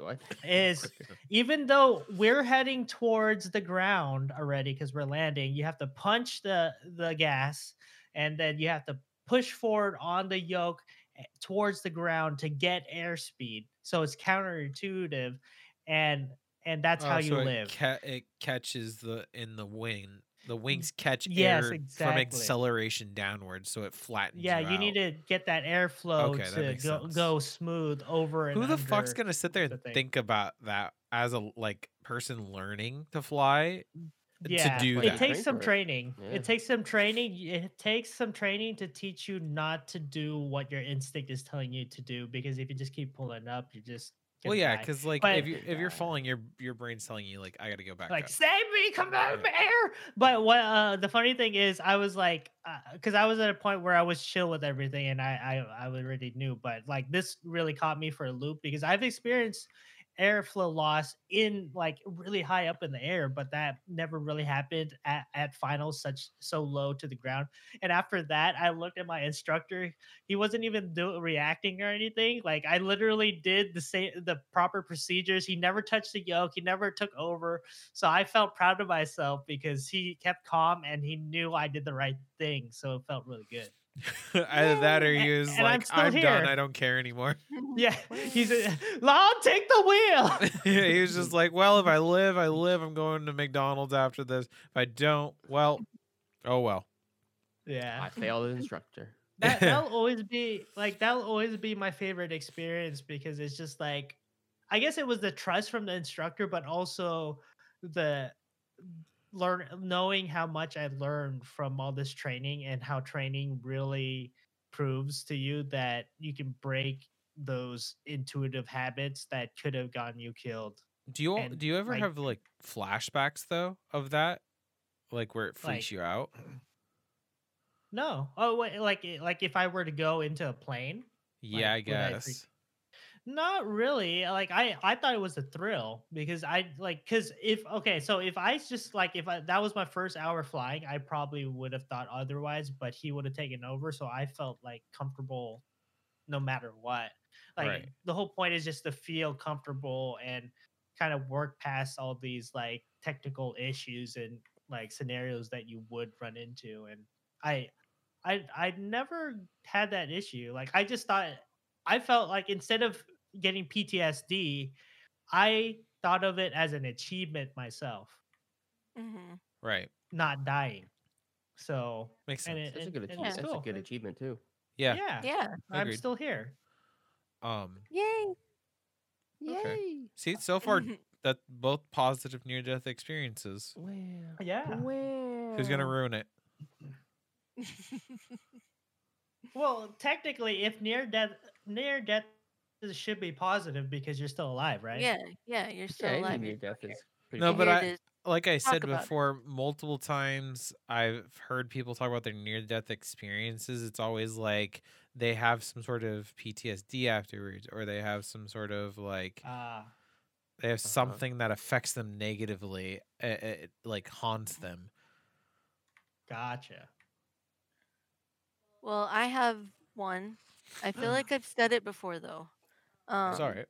what? is even though we're heading towards the ground already because we're landing, you have to punch the the gas and then you have to push forward on the yoke eh, towards the ground to get airspeed. So it's counterintuitive and and that's Oh, how you so it live. ca- it catches the in the wing. The wings catch yes, air from exactly. acceleration downwards, so it flattens. yeah, you need out. to get that airflow Okay, that to makes go, sense. go smooth over and Who the fuck's under. gonna sit there the and thing. think about that as a like person learning to fly? to yeah, do it that. takes Train some for it. training. Yeah. It takes some training. It takes some training to teach you not to do what your instinct is telling you to do. Because if you just keep pulling up, you just Well, gonna yeah, die. because like But- if you if you're Yeah. falling, your your brain's telling you like I gotta go back. like up. save me, come out of Yeah. air. But what uh, the funny thing is, I was like, because I was at a point where I was chill with everything, and I, I I already knew. But like this really caught me for a loop because I've experienced airflow loss in like really high up in the air, but that never really happened at, at finals such so low to the ground. And after that, I looked at my instructor. He wasn't even do- reacting or anything. Like I literally did the same the proper procedures. He never touched the yoke. He never took over. So I felt proud of myself because he kept calm and he knew I did the right thing. So it felt really good. Either that or Yay. you was And I'm like still I'm, done. here." I don't care anymore. Oh, Mm-hmm, Yeah, he's a, Lon, take the wheel. yeah, he was just like, well, if I live, I live. I'm going to McDonald's after this. If I don't, well, oh well. Yeah, I failed an instructor. that that'll always be like that'll always be my favorite experience because it's just like I guess it was the trust from the instructor, but also the learn knowing how much I learned from all this training and how training really proves to you that you can break those intuitive habits that could have gotten you killed. Do you all, And, do you ever like- have like flashbacks though of that, like where it freaks Like- you out? No. Oh, wait, like like if I were to go into a plane, Yeah, I would I freak- guess. Not really. Like I, I thought it was a thrill because I like because if okay, so if I just like if I, that was my first hour flying, I probably would have thought otherwise. But he would have taken over, so I felt like comfortable no matter what. Like Right. the whole point is just to feel comfortable and kind of work past all these like technical issues and like scenarios that you would run into. And I, I, I never had that issue. Like I just thought I felt like instead of getting PTSD, I thought of it as an achievement myself, Mhm. Right, not dying. So makes And sense. it- That's a good and- and achievement. That's a still- good achievement too. yeah. yeah, Yeah. I'm agreed. still here. Um. Yay. Okay. See, so far that both positive near death experiences. Wow. Yeah. Wow. Who's gonna ruin it? Well, technically, if near death, near death is- should be positive because you're still alive, right? Yeah. Yeah. You're still yeah, alive. any near you're death still is here. pretty No, cool. but Here I- it is. Like I said Talk about it. before, multiple times I've heard people talk about their near death experiences. It's always like they Uh, have some sort of PTSD afterwards, or they have some sort of like Ah, They have Uh-huh. something that affects them negatively. It, it like haunts them. Gotcha. Well, I have one. I feel like I've said it before though. Um, It's all right.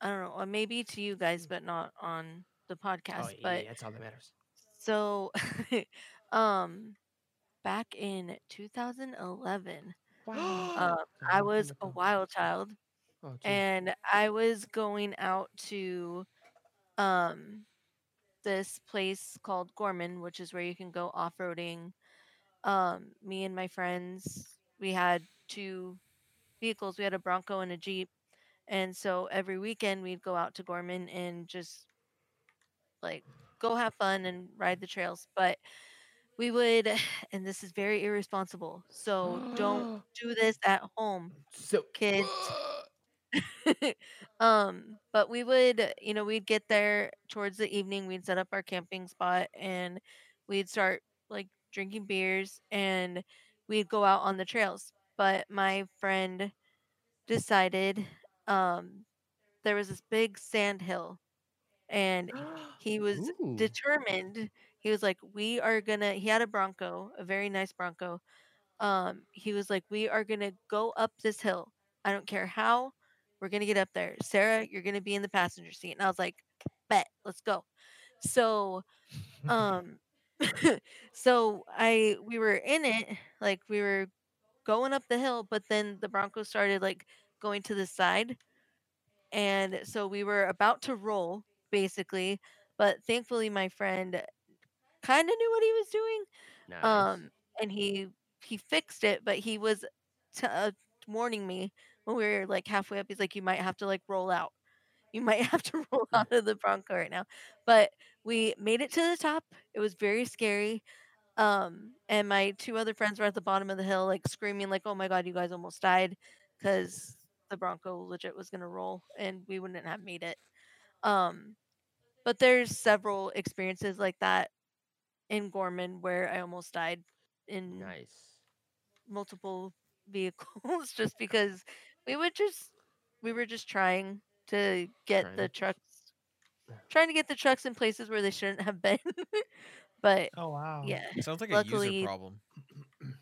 I don't know. uh, Maybe to you guys, but not on the podcast. Oh, yeah, but that's all that matters. so, um, back in 2011, uh, Mm-hmm, I was a wild child. Oh, geez. and I was going out to um this place called Gorman, which is where you can go off-roading. Um me and my friends, we had two vehicles. We had a Bronco and a Jeep. And so every weekend we'd go out to Gorman and just like go have fun and ride the trails, but we would and this is very irresponsible. So don't do this at home, so kids. um but we would you know we'd get there towards the evening we'd set up our camping spot and we'd start like drinking beers and we'd go out on the trails but my friend decided um there was this big sand hill and he was Ooh. determined he was like we are gonna he had a bronco a very nice bronco um he was like we are gonna go up this hill i don't care how we're gonna get up there sarah you're gonna be in the passenger seat and i was like bet let's go so um so i we were in it like we were going up the hill but then the bronco started like going to the side and so we were about to roll basically but thankfully my friend kind of knew what he was doing nice. um and he he fixed it but he was t- uh, warning me when we were like halfway up he's like you might have to like roll out you might have to roll out of the bronco right now but we made it to the top it was very scary um and my two other friends were at the bottom of the hill like screaming like oh my god you guys almost died because the bronco legit was gonna roll and we wouldn't have made it um but there's several experiences like that in gorman where i almost died in nice. multiple vehicles just because we would just we were just trying to get Trying to- the trucks trying to get the trucks in places where they shouldn't have been but Oh wow. yeah Sounds like a Luckily- user problem.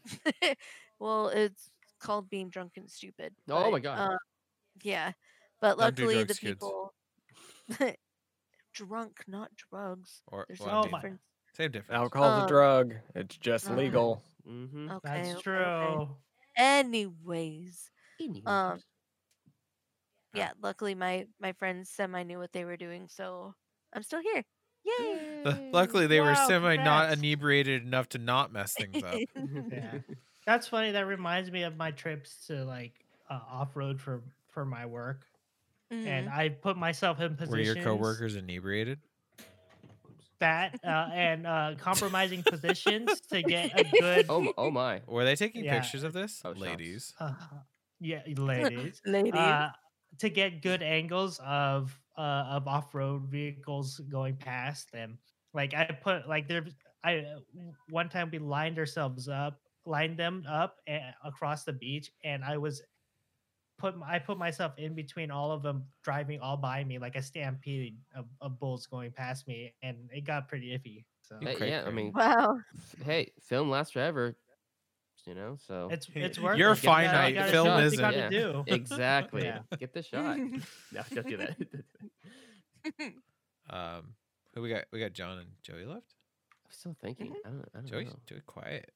well it's called being drunk and stupid Oh my but, God. uh, yeah but Don't do luckily the drugs, kids. people drunk not drugs Or there's well, a Oh my- difference same difference. Alcohol's Um, Uh. a drug. It's just uh, legal. Mm-hmm. okay, That's okay, true. okay. anyways um, Oh. yeah luckily my my friends semi knew what they were doing so i'm still here yay Lu- Luckily, they were Wow, semi not congrats. inebriated enough to not mess things up. Yeah. That's funny. That reminds me of my trips to like uh, off road for for my work, and Mhm. I put myself in Were your positions coworkers inebriated? that uh, and uh, compromising positions to get a good. oh, m- oh my. Were they taking Yeah. pictures of this, I was shocked. ladies? Uh, yeah, ladies. ladies Uh, to get good angles of uh, of off road vehicles going past them. Like I put like there, I one time we lined ourselves up, lined them up a across the beach, and I was put m- I put myself in between all of them driving all by me like a stampede of, of bulls going past me, and it got pretty iffy. So Hey, cray yeah, I cray. mean, wow f- hey, film lasts forever. You know, so it's Hey, it's worth you're it. You gotta- finite, gotta do film what you isn't. gotta Yeah. do. exactly. Yeah. Get the shot. no, don't do that. Um, who we got? We got John and Joey left. I'm still thinking. I don't. I don't Joey's know. Joey, quiet.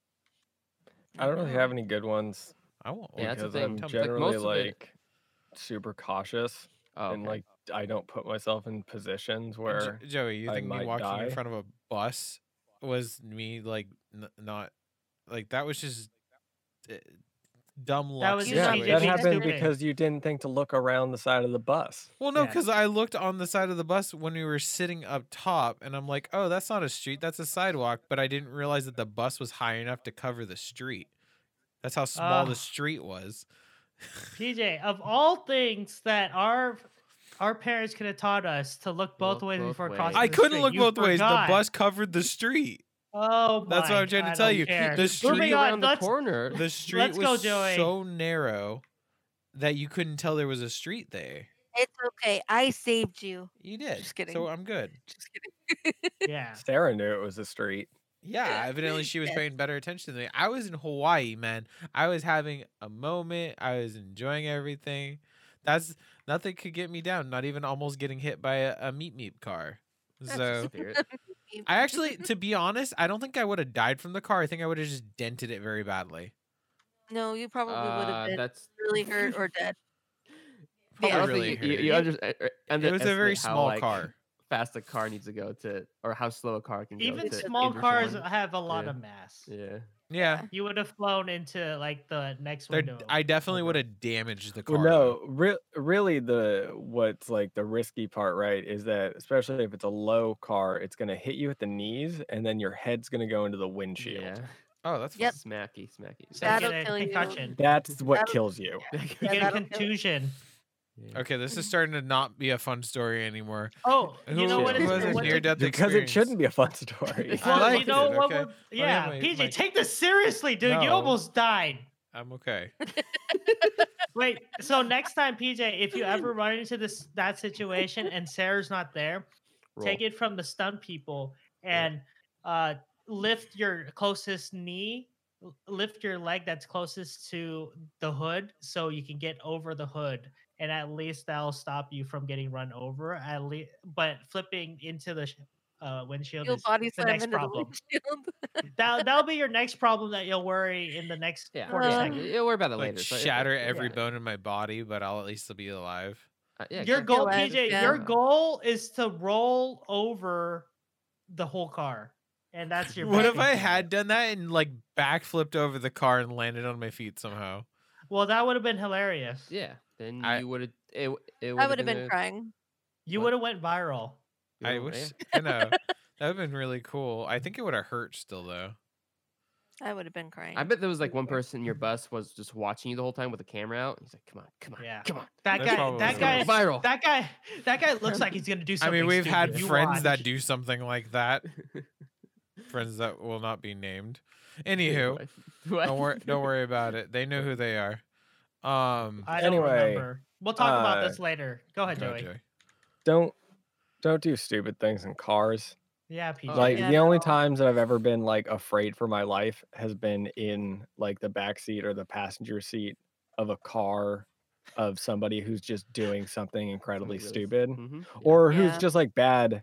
I don't really have any good ones I won't. Mm-hmm. Yeah, that's the because thing. I'm Tell me. like generally most of it- like super cautious Oh, and okay. like I don't put myself in positions Jo- where Joey, you I think me might walking in die. front of a bus was me like n- not like that was just uh, dumb luck. was just yeah, me that being happened stupid. because you didn't think to look around the side of the bus. Well, no, Yeah. because I looked on the side of the bus when we were sitting up top, and I'm like, oh, that's not a street, that's a sidewalk. But I didn't realize that the bus was high enough to cover the street. That's how small Ah. the street was. PJ, of all things that our our parents could have taught us to look both Look ways both before ways. crossing. I the couldn't street, look you both ways. The forgot. bus covered the street. Oh, That's what my I'm trying to God, tell I you. don't care. The street Moving on. around the let's- corner. The street go, was Joey. so narrow that you couldn't tell there was a street there. It's okay. I saved you. You did. Just kidding. So I'm good. Just kidding. yeah. Sarah knew it was a street. Yeah, evidently she was Yeah. paying better attention than me. I was in Hawaii, man. I was having a moment. I was enjoying everything. That's nothing could get me down. Not even almost getting hit by a, a meat meat car. That's So Spirit. I actually, to be honest, I don't think I would have died from the car. I think I would have just dented it very badly. no, you probably would Uh, have been that's really hurt or dead. Probably I don't think really you- you, hurt. you under, uh, It was a very underestimate how, small like, car. Fast a car needs to go to, or how slow a car can go. Even to small injure cars someone. have a lot Yeah. of mass. Yeah. Yeah, You would have flown into like the next there- window. I definitely Okay. would have damaged the car. Oh, Well, though. no, re- really, the what's like the risky part, right, is that especially if it's a low car, it's gonna hit you at the knees, and then your head's gonna go into the windshield. Yeah. Oh, that's Yep. Smacky, smacky. So you That'll get a kill you. concussion. That's what That'll- kills You you. Yeah, get a that'll kill it. contusion. Yeah. fun. Okay, this Mm-hmm. is starting to not be a fun story anymore. Oh, you know Who- what? it Is, who has a it what's near it- near-death Because it experience? shouldn't be a fun story. I well, liked you know it, what? okay? Oh, we're- Yeah, my- PJ, my- take this seriously, dude. You No. almost died. I'm okay. Wait, so next time, PJ, if you ever run into this that situation and Sarah's not there, Roll. take it from the stunt people and uh, lift your closest knee, l- lift your leg that's closest to the hood, so you can get over the hood, and at least that'll stop you from getting run over. At least, but flipping into the sh- uh, windshield You'll is body the slam next into the problem. windshield. that that'll be your next problem that you'll worry in the next Yeah. forty yeah. seconds. You'll worry about it like later. so it- shatter it- every yeah. bone in my body, but I'll at least be alive. Uh, yeah, your exactly. goal, Realize, PJ, yeah. your goal is to roll over the whole car, and that's your. What best if I case scenario. had done that and like backflipped over the car and landed on my feet somehow? Well, that would have been hilarious. Yeah. Then I- you would have. It, w- it I would've would have been a- eh? crying. You What? would have went viral. you I know, wish, yeah. I know, that would have been really cool. I think it would have hurt still though. I would have been crying. I bet there was like one person in your bus was just watching you the whole time with a camera out. He's like, "Come on, come on, Yeah. come on!" That That's guy. probably That it's guy. gonna go viral. That guy. That guy looks like he's gonna do I something. mean, we've had stupid. You friends that watch. do something like that. friends that will not be named. Anywho, don't worry, don't worry about it. They know who they are. Um, I don't Anyway, remember. We'll talk about uh, this later. Go ahead, go, Joey. Joey. Don't don't do stupid things in cars. Yeah, PJ. like Oh, Yeah, the only no. times that I've ever been like afraid for my life has been in like the back seat or the passenger seat of a car of somebody who's just doing something incredibly stupid hmm or who's Mm, Yeah. just like bad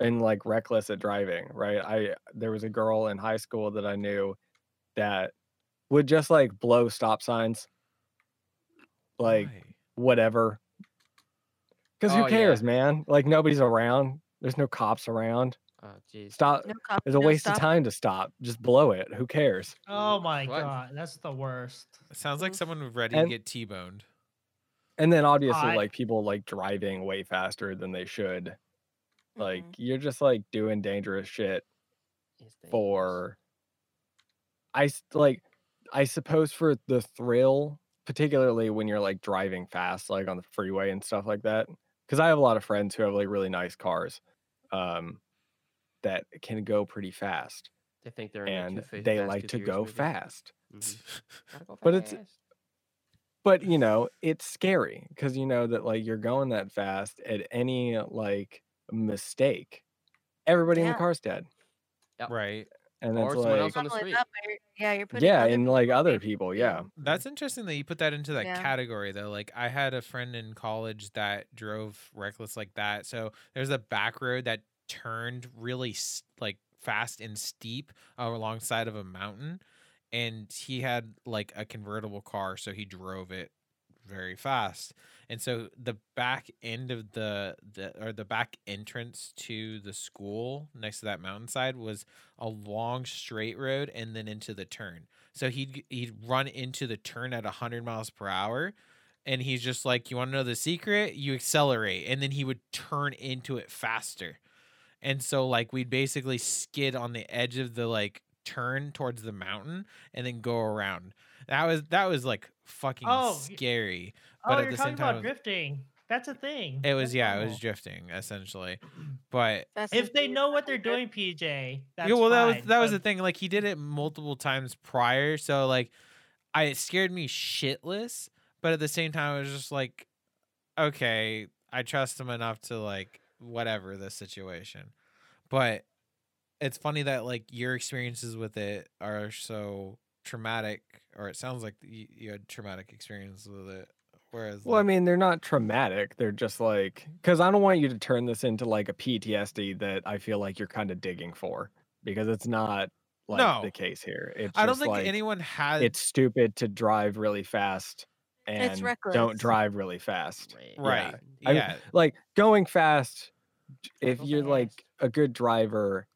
and like reckless at driving, right? I there was a girl in high school that I knew that would just like blow stop signs like Why? whatever. Cuz Oh, who yeah. cares, man? Like nobody's around. There's no cops around. Oh, jeez. Stop No cop, it's a no waste stop. of time to stop. Just blow it. Who cares? oh my What? god, that's the worst. It sounds like Oof. someone ready to And- get t-boned. And then obviously, I- like people like driving way faster than they should. Like Mhm. you're just like doing dangerous shit It's dangerous. for. I s- like, I suppose for the thrill, particularly when you're like driving fast, like on the freeway and stuff like that. Because I have a lot of friends who have like really nice cars, um, that can go pretty fast, They think they're in a and Too Faced they Fast, like Too to Furious go movie. fast. Mhm. Gotta go But it's- fast. but you know it's scary because you know that like you're going that fast at any like mistake everybody in Yeah. the car's dead Yep. Right. and Or that's someone like else on the Not street. only that, but you're- yeah, you're putting yeah other and like people in other danger people too. yeah That's interesting that you put that into that Yeah. category though. Like I had a friend in college that drove reckless like that. So there's a back road that turned really s- like fast and steep uh, alongside of a mountain and he had like a convertible car so he drove it very fast. And so the back end of the the or the back entrance to the school next to that mountainside was a long straight road and then into the turn. So he'd g- he'd run into the turn at 100 miles per hour, and he's just like, "You want to know the secret? You accelerate." And then he would turn into it faster, and so like we'd basically skid on the edge of the like turn towards the mountain and then go around. That was that was like fucking Oh, y- scary. Oh, But at you're the talking same time, about it was- drifting. That's a thing. It was That's yeah, it was normal. drifting essentially, but That's If something they you know what fucking they're did. doing, PJ, that's yeah, well, that was fine, that was but- the thing. Like he did it multiple times prior, so like, I it scared me shitless. But at the same time, I was just like, okay, I trust him enough to like whatever the situation. But it's funny that like your experiences with it are so traumatic, or it sounds like you, you had traumatic experiences with it. Whereas, Well, I like- mean, they're not traumatic. They're just like, because I don't want you to turn this into like a PTSD that I feel like you're kind of digging for because it's not like No. the case here. It's I don't just, think like, anyone has. It's stupid to drive really fast and It's don't reckless. drive really fast. right. I- yeah. Like going fast, j- if Go you're like a good driver,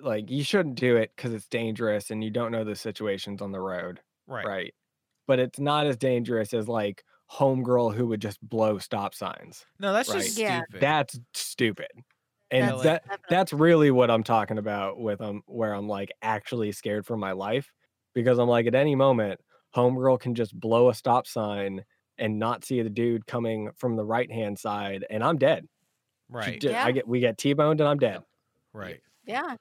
like you shouldn't do it because it's dangerous and you don't know the situations on the road right. right. But it's not as dangerous as like homegirl who would just blow stop signs. No, that's Right. just Yeah. stupid. That's stupid. And That's that uh, definitely- that's really what I'm talking about with um where I'm like actually scared for my life because I'm like at any moment homegirl can just blow a stop sign and not see the dude coming from the right hand side and I'm dead. She right. ju- Yeah. I get we get T-boned and I'm dead. Right. Yeah.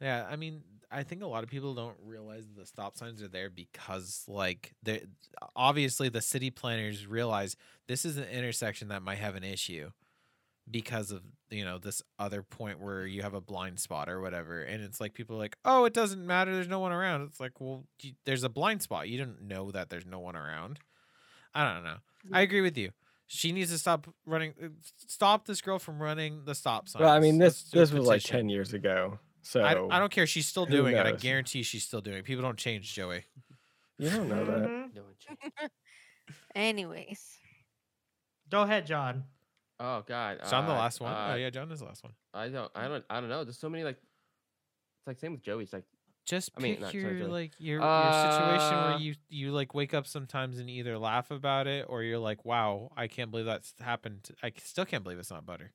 Yeah, I mean, I think a lot of people don't realize the stop signs are there because, like, they obviously the city planners realize this is an intersection that might have an issue because of you know this other point where you have a blind spot or whatever, and it's like people are like, oh, it doesn't matter, there's no one around. It's like, well, you, there's a blind spot. You didn't know that there's no one around. I don't know. I agree with you. She needs to stop running. uh, s- Stop this girl from running the stop sign. Well, I mean this this was like 10 years ago. So I, I don't care. She's still who doing it. I knows? guarantee she's still doing it. People don't change, Joey. you don't know that. Mhm. No one changed. Anyways. Go ahead, John. Oh God. John, the uh, last one. uh, oh yeah, John is the last one. I don't. I don't. I don't know. There's so many like. It's like same with Joey. It's like Just I mean, pick not sorry, your Joey. like your, your situation where Uh, you you like wake up sometimes and either laugh about it or you're like, wow, I can't believe that's happened. I c- still can't believe it's not butter.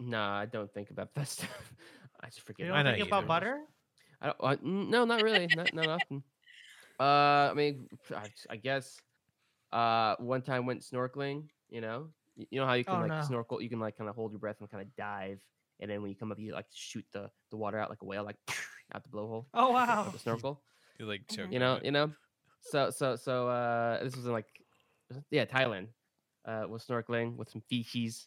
nah. I don't think about that stuff. I just forget. You it. don't I know think you about do. butter? I don't. Uh, n- no, not really. Not not often. Uh, I mean, I, I guess. Uh, one time went snorkeling. You know, Y- you know how you can Oh, like no. snorkel. You can like kind of hold your breath and kind of dive, and then when you come up, you like shoot the the water out like a whale, like out the blowhole. Oh out wow. the snorkel. You like Mhm. choke. you on know Mm-hmm. it. you know so so so uh this was in like was it- yeah thailand uh was snorkeling with some fishies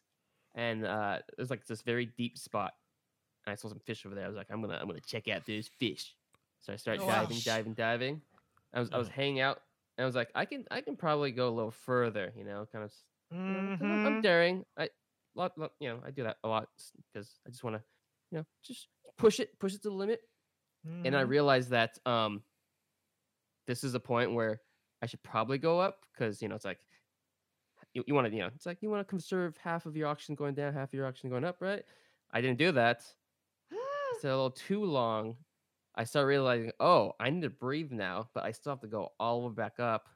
and uh there's like this very deep spot and i saw some fish over there i was like i'm gonna i'm gonna check out those fish so i started Oh, wow. Mm-hmm. diving diving diving i was i was Oh. hanging out and i was like i can i can probably go a little further you know kind of s- you know, 'cause I'm, Mm, I'm Mhm. daring i lot, lot you know i do that a lot because i just want to you know just push it push it to the limit and I Mhm. realized that um, this is a point where I should probably go up because you know it's like you, you want to you know it's like you want to conserve half of your oxygen going down, half of your oxygen going up, right? I didn't do that. I stayed a little too long. I start realizing, oh, I need to breathe now, but I still have to go all the way back up.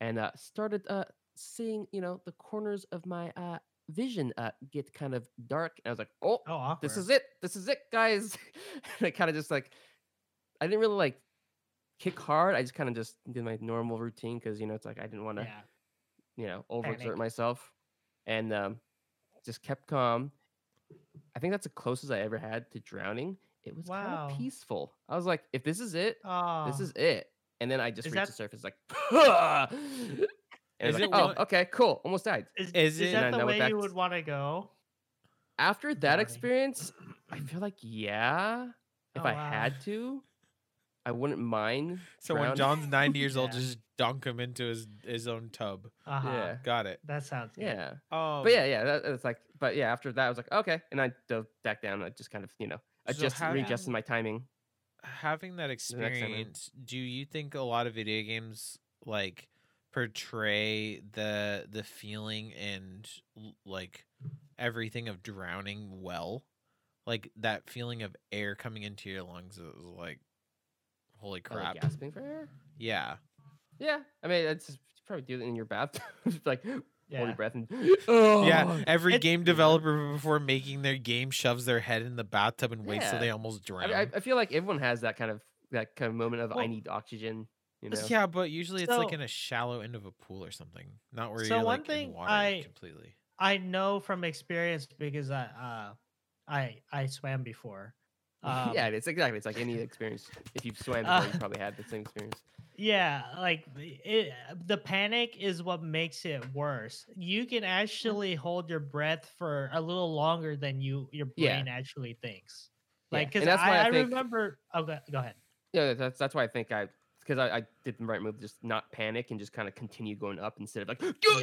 And uh, started uh, seeing, you know, the corners of my uh, vision uh, get kind of dark. And I was like, oh, Oh, awkward. this is it. This is it, guys. and I kind of just like, I didn't really like kick hard. I just kind of just did my normal routine because you know it's like I didn't want to Yeah. you know overexert Panic. myself, and um, just kept calm. I think that's the closest I ever had to drowning. It was kind Wow. of peaceful. I was like, if this is it, Oh. this is it. And then I just Is reached that- the surface like, and I Is was like, it oh, one- okay, cool, almost died. Is, Is is, it- that And I the went way back you to- would want to go? After that Drowning. experience, I feel like yeah, if Oh, I wow. had to, I wouldn't mind. So when drowning. John's ninety years old, Yeah. just dunk him into his his own tub. Uh-huh. Yeah. Got it. That sounds good. yeah, Oh, but yeah, yeah, that, it's like, but yeah, after that, I was like, okay, and I dove back down. and I just kind of, you know, So adjusted, how- readjusted my timing. having that time around. experience, do you think a lot of video games like portray the the feeling and l- like everything of drowning well? Like that feeling of air coming into your lungs is like holy Oh, like crap. gasping for air. yeah. Yeah, I mean, it's you probably do that in your bathroom, Just, like hold Yeah. your breath and yeah, Oh. yeah. every it's- game developer before making their game shoves their head in the bathtub and waits till Yeah. they almost drown. I, mean, I, I feel like everyone has that kind of that kind of moment of I Well, need oxygen. You know, Yeah, but usually it's like So- in a shallow end of a pool or something, not where So you're one like in thing water I- completely. I know from experience because I uh I I swam before. Um, yeah, it's exactly. It's like any experience. If you've swam uh, before, you probably had the same experience. Yeah, like it, the panic is what makes it worse. You can Mm. actually hold your breath for a little longer than you your Yeah. brain actually thinks. Yeah, Like, because and that's I, why I, I think- remember. Oh, go, go ahead. Yeah, that's that's why I think I because I, I did the right move, just not panic and just kind of continue going up instead of like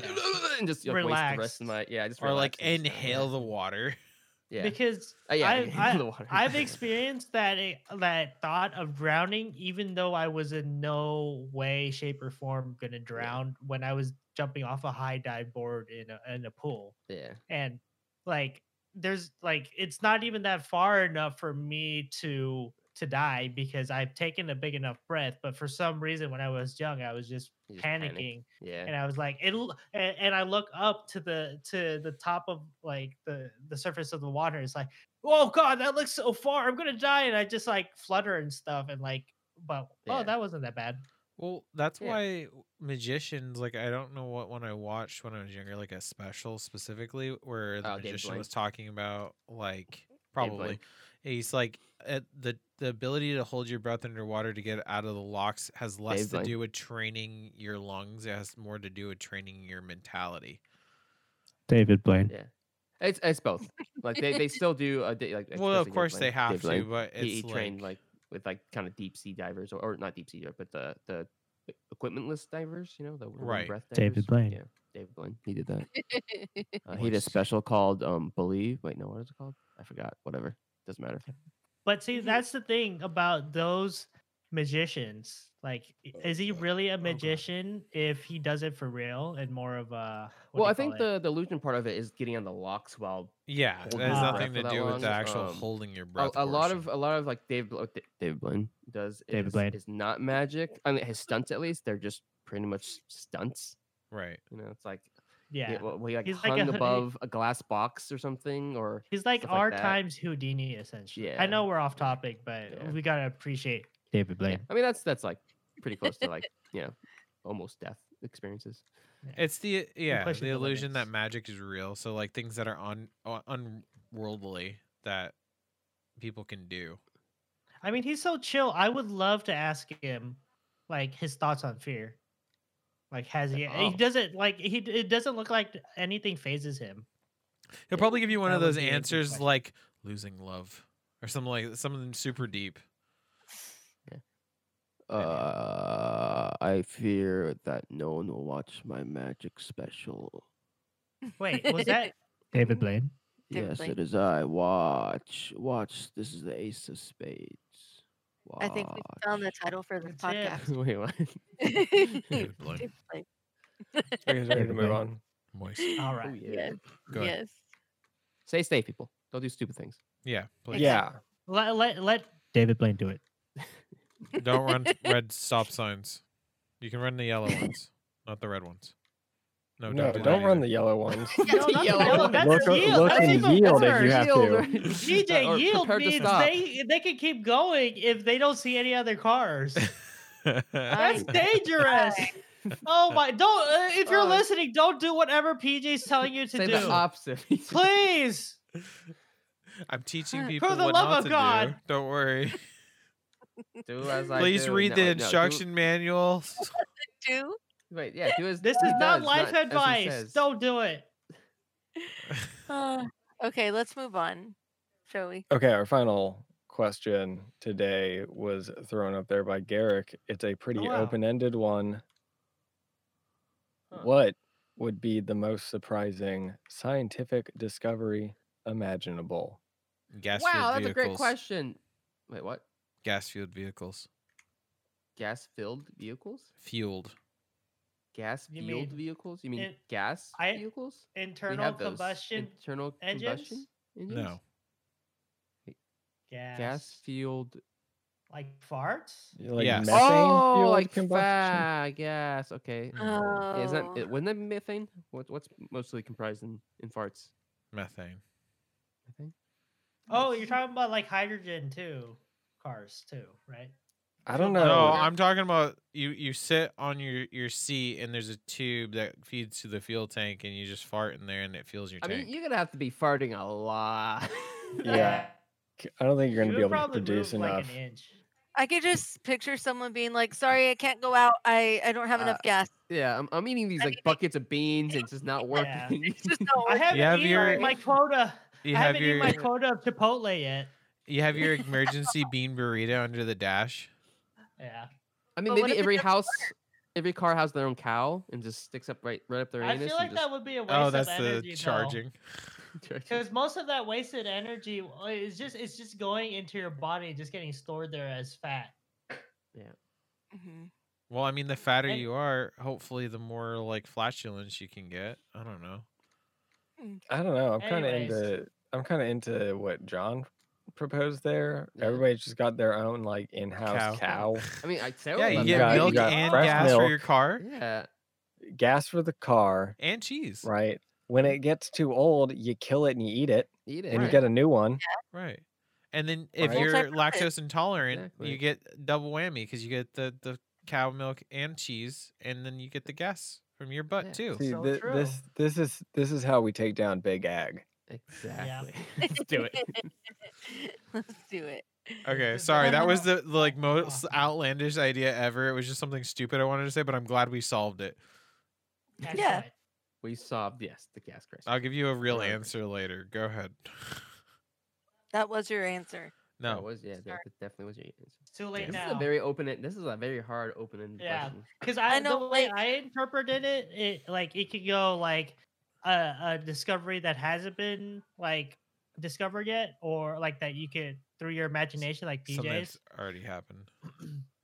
and just like, waste the rest Relaxed. of my yeah, just or like relax and just kinda inhale relax. the water. Yeah, Because Uh, yeah, I- inhale I- the water. I've experienced that e- that thought of drowning, even though I was in no way, shape, or form gonna drown when I was jumping off a high dive board in a, in a pool. yeah, and like there's like it's not even that far enough for me to to die because I've taken a big enough breath. But for some reason, when I was young, I was just You just panic. panicking, yeah, and I was like, it. And, and I look up to the to the top of like the the surface of the water. It's like, oh god, that looks so far. I'm gonna die, and I just like flutter and stuff, and like, but Yeah. oh, that wasn't that bad. Well, that's Yeah. why magicians like I don't know what one I watched when I was younger, like a special specifically where the Oh, David magician Blaine. was talking about like probably Blaine. he's like uh the the ability to hold your breath underwater to get out of the locks has less David to Blaine. do with training your lungs. It has more to do with training your mentality. David Blaine. yeah. It's it's both. Like they, they still do a day, like well, of especially Dave course Blaine- they have Dave to, Blaine. but it's he, he like, trained like with like kind of deep sea divers or, or not deep sea diver, but the the e- equipmentless divers, you know, the w- Right. breath divers. David Blaine. Yeah, David Blaine. He did that. Uh, he Which- did a special called um Believe. Wait, no, what is it called? I forgot. Whatever. Doesn't matter. But see, Mm-hmm. Mhm. that's the thing about those magicians. Like, i- Oh, is he really a God. magician if he does it for real and more of a? what do Well, you I think call it? the, the illusion part of it is getting on the locks while yeah, hold that your has breath nothing for to that do with the long, actual um, holding your a, breath. a lot of portion. a lot of like Dave Bl- D- David Blaine does David is, Blaine. is not magic. I mean his stunts at least they're just pretty much stunts. right. You know, it's like yeah. yeah, well, we like He's like hung a- above a glass box or something or He's like stuff like our that. times Houdini, essentially. I Yeah. know we're off topic, but Yeah. we gotta appreciate David Yeah, I mean that's that's like pretty close to like you know almost death experiences. It's the yeah pushes the the illusion that limits. magic is real. So like things that are on un- uh, unworldly that people can do. I mean, he's so chill. I would love to ask him, like, his thoughts on fear. Like, has he? Oh. He doesn't like. He it doesn't look like anything phases him. He'll Yeah, probably give you one that of would those be a good answers question. like losing love or something like something super deep. Uh, I fear that no one will watch my magic special. Wait, was that? David Blaine. Yes, Definitely. it is I. Watch, watch. This is the Ace of Spades. I think we found the title for this That's podcast. Wait, what? David Blaine. David Blaine. Are you guys ready to move Everybody. on? Moist. All Oh, right. yeah. Yes. Go ahead. yes. Stay safe, people. Don't do stupid things. Yeah, please. Yeah. Oh, Let let let David Blaine do it. Don't run red stop signs. You can run the yellow ones, not the red ones. No, don't, No, do don't, that run either. the yellow ones. No, not the Yellow yellow. one. That's Look- yield. look That's and even yield if worse. you have to. Yield, right? DJ Or yield prepared to means stop. they they can keep going if they don't see any other cars. That's Fine. dangerous. Oh my! Don't uh, if you're Uh, listening, don't do whatever PJ's telling you to Say do. the opposite. Please. I'm teaching For people the what love not of to do. God. Don't worry. do as I Please do. read No, the wait, no, do- instruction manual. Do wait, yeah, do as This he is not does, life as he advice. says. Don't do it. Uh, okay, let's move on, shall we? Okay, our final question today was thrown up there by Garrick. It's a pretty wow. open-ended one. Huh. What would be the most surprising scientific discovery imaginable? Gas Wow, fueled that's vehicles. a great question. Wait, what? Gas fueled vehicles. Gas-filled vehicles? Fueled. Gas-fueled mean vehicles? You mean in- gas I- vehicles? We Internal have those. combustion Internal engines? combustion. Engines? No. gas, Gas-fueled like farts. Like Yes. methane oh, fueled like combustion? fag, yes, okay. Oh, Yeah, Is that it, wasn't that methane? What, what's mostly comprised in, in farts? Methane. I think. Oh, you're talking about like hydrogen too, cars too, right? I don't No. know. No, I'm talking about you. You sit on your your seat and there's a tube that feeds to the fuel tank and you just fart in there and it fuels your I tank. mean, you're gonna have to be farting a lot. Yeah. I don't think you're going You to would be able to probably produce move enough. Like an inch. I could just picture someone being like, "Sorry, I can't go out. I I don't have enough Uh, gas. Yeah, I'm, I'm eating these I like mean, buckets of beans and it's just not Yeah. working. It's just not I worth haven't have eaten your- my quota. You I have haven't eaten your my quota of Chipotle yet. you have your emergency bean burrito under the dash. Yeah, I mean, But what maybe if it every doesn't house, every car has their own cow and just sticks up right right up their I anus. feel like and just that would be a waste Oh, of that's the energy. charging. directs it. Because most of that wasted energy w- is just it's just going into your body, and just getting stored there as fat. Mhm. Well, I mean, the fatter And- you are, hopefully, the more like flatulence you can get. I don't know. I don't know. I'm kind of Anyways. into. I'm kind of into what John proposed there. Yeah. Everybody's just got their own like in-house Cow. cow. I mean, I say Yeah, you love get that. You milk got and fresh gas for your milk. car Yeah, Gas for the car, and cheese. Right. right? When it gets too old, you kill it and you eat it, eat it. and Right. you get a new one. And then if Right. you're Multi-purpose. lactose intolerant, Exactly. you get double whammy because you get the the cow milk and cheese, and then you get the gas from your butt Yeah. too. See, So thi- this this is this is how we take down big ag. exactly. Let's do it. Let's do it. Okay, Is sorry, that- that was the, the like most Uh-huh. outlandish idea ever. It was just something stupid I wanted to say, but I'm glad we solved it. Excellent. We solved yes the gas crisis. I'll give you a real Perfect. answer later. Go ahead. That was your answer. That No, was yeah, that, Sorry. that definitely was your answer. It's too late This is now. a very open. en- This is a very hard open ended Yeah. question. because I, I know, the way like- I interpreted it, it like it could go like a, a discovery that hasn't been like discovered yet, or like that you could through your imagination, like something DJs that's already happened.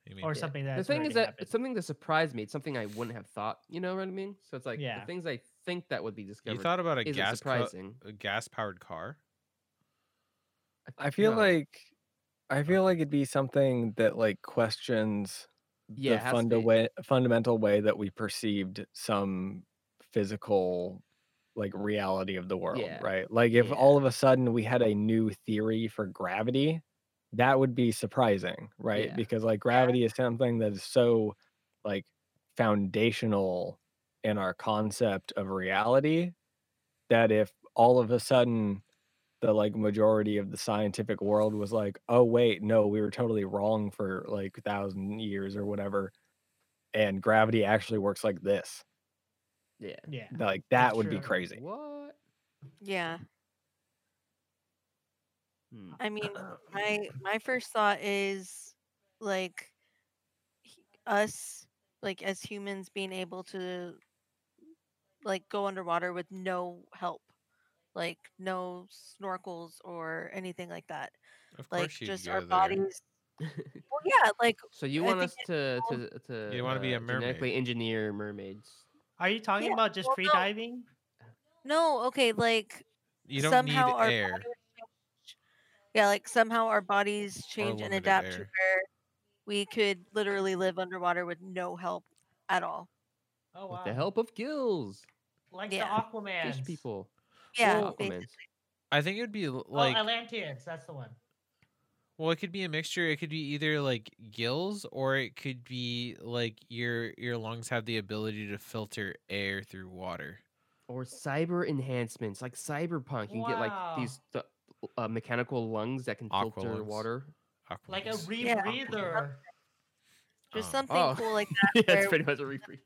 You mean? or Yeah. something that the thing is that it's something that surprised me. It's something I wouldn't have thought. You know what I mean? So it's like Yeah. the things I think that would be discovered You thought about a isn't gas co- surprising. a gas powered car? I feel No. like I feel like it'd be something that like questions Yeah, it the has to funda- be. way, fundamental way that we perceived some physical like reality of the world, Yeah. right? Like if Yeah. all of a sudden we had a new theory for gravity, that would be surprising, right? Yeah. Because like gravity is something that is so like foundational in our concept of reality that if all of a sudden the like majority of the scientific world was like, oh wait, no, we were totally wrong for like thousand years or whatever, and gravity actually works like this. yeah. yeah. Like that would be true. crazy. What? Yeah. Hmm. I mean, my my first thought is like h- us like as humans being able to like go underwater with no help like no snorkels or anything like that Of like course you just go our there. bodies well yeah like so you I want think us to to to uh, You wanna be a mermaid. genetically engineer mermaids? Are you talking Yeah, about just well, free no. diving? no okay like You don't somehow need our air. bodies change. yeah like somehow our bodies change and limited adapt air. to where we could literally live underwater with no help at all Oh wow! With the help of gills, Like Yeah. the Aquaman, fish people, yeah Well, basi- Aquamans. I think it would be l- like oh, Atlanteans. That's the one. well, it could be a mixture. It could be either like gills or it could be like your your lungs have the ability to filter air through water. or cyber enhancements like cyberpunk you can get like Wow. these th- uh, mechanical lungs that can Aqua filter lungs. water Like a Aquamus. Yeah. rebreather. just Um, something oh. cool like yeah that that's where, pretty much a reprint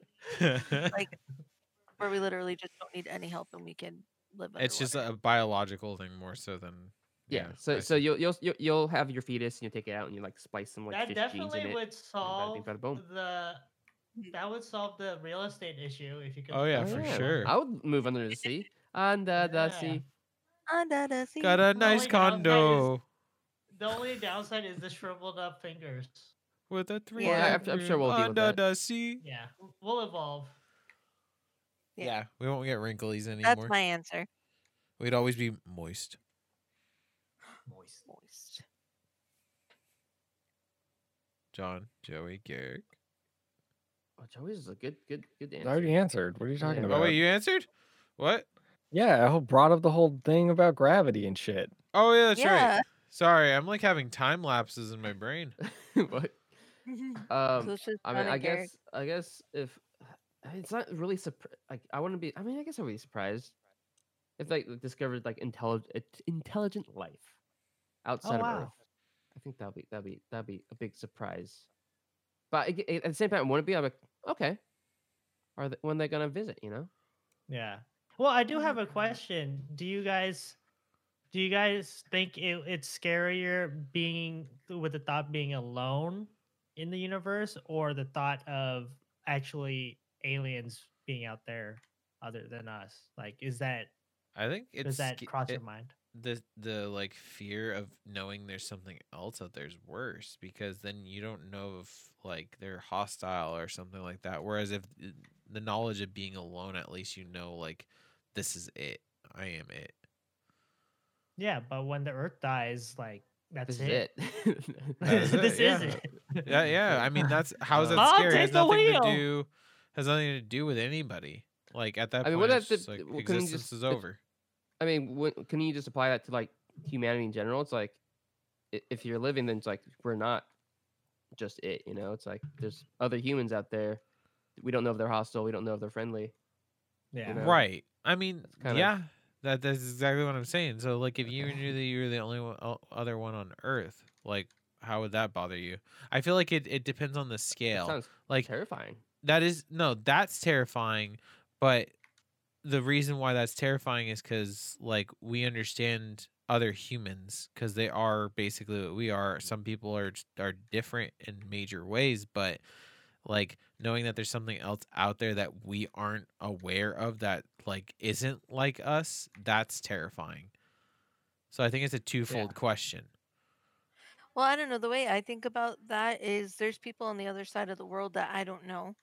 where we literally just don't need any help and we can live it's just underwater. a biological thing more so than yeah, I so so see. you'll, you'll you'll you'll have your fetus and you take it out and you like splice some like that fish genes definitely in it would solve bada boom. the. That would solve the real estate issue if you could. Oh, yeah, for sure. i would move under the sea under the Yeah. sea Under the sea. got a nice only downside is- condo The only downside is the shriveled up fingers. with a three. Yeah, I'm- I'm sure we'll deal with under that. the sea. Yeah, w- we'll evolve. Yeah. we won't get wrinklies anymore. That's my answer. We'd always be moist. Moist. Moist. John, Joey, Garrick. oh, joey's is a good good good I answer already answered. What are you talking Yeah. about? Oh wait, you answered? What? Yeah, I ho- brought up the whole thing about gravity and shit. Oh yeah, that's Yeah. right. Sorry, I'm like having time lapses in my brain. But, So um it's just i mean John i and Garrick. guess i guess if it's not really surpri- like i wouldn't be i mean i guess i would be surprised if like discovered like intelligent intelligent life outside of wow. earth I think that'll be that'll be that'll be a big surprise. But ag- at the same time, wouldn't it be I'm like, okay, are they, when they gonna visit? You know, Yeah. Well, I do Oh, have a God. question. Do you guys do you guys think it, it's scarier being with the thought being alone in the universe or the thought of actually aliens being out there other than us? Like is that I think it's does that sca- cross your it- mind? the the like fear of knowing there's something else out there's worse because then you don't know if like they're hostile or something like that. Whereas if th- the knowledge of being alone, at least you know like this is it. I am it. Yeah, but when the earth dies, like that's this it. is it. That is it, this yeah. is it. Yeah, yeah. I mean, that's how is that Mom, scary? It has take the nothing to wheel. do has nothing to do with anybody. Like at that I mean, point, what it's if the- just, like w- couldn't you existence just- is it's- over. I mean, wou- can you just apply that to like humanity in general? It's like i- if you're living, then it's like we're not just it. You know, it's like there's other humans out there. We don't know if they're hostile. We don't know if they're friendly. Yeah. know? Right. I mean, That's kind of- yeah. That that's exactly what I'm saying. So like, if you Okay. knew that you were the only one, o- other one on Earth, like, how would that bother you? I feel like it, it depends on the That scale. sounds like terrifying. that is no, that's terrifying, but the reason why that's terrifying is because like we understand other humans because they are basically what we are. Some people are are different in major ways, but like knowing that there's something else out there that we aren't aware of that like isn't like us that's terrifying so i think it's a twofold question Well, I don't know. The way I think about that is there's people on the other side of the world that I don't know.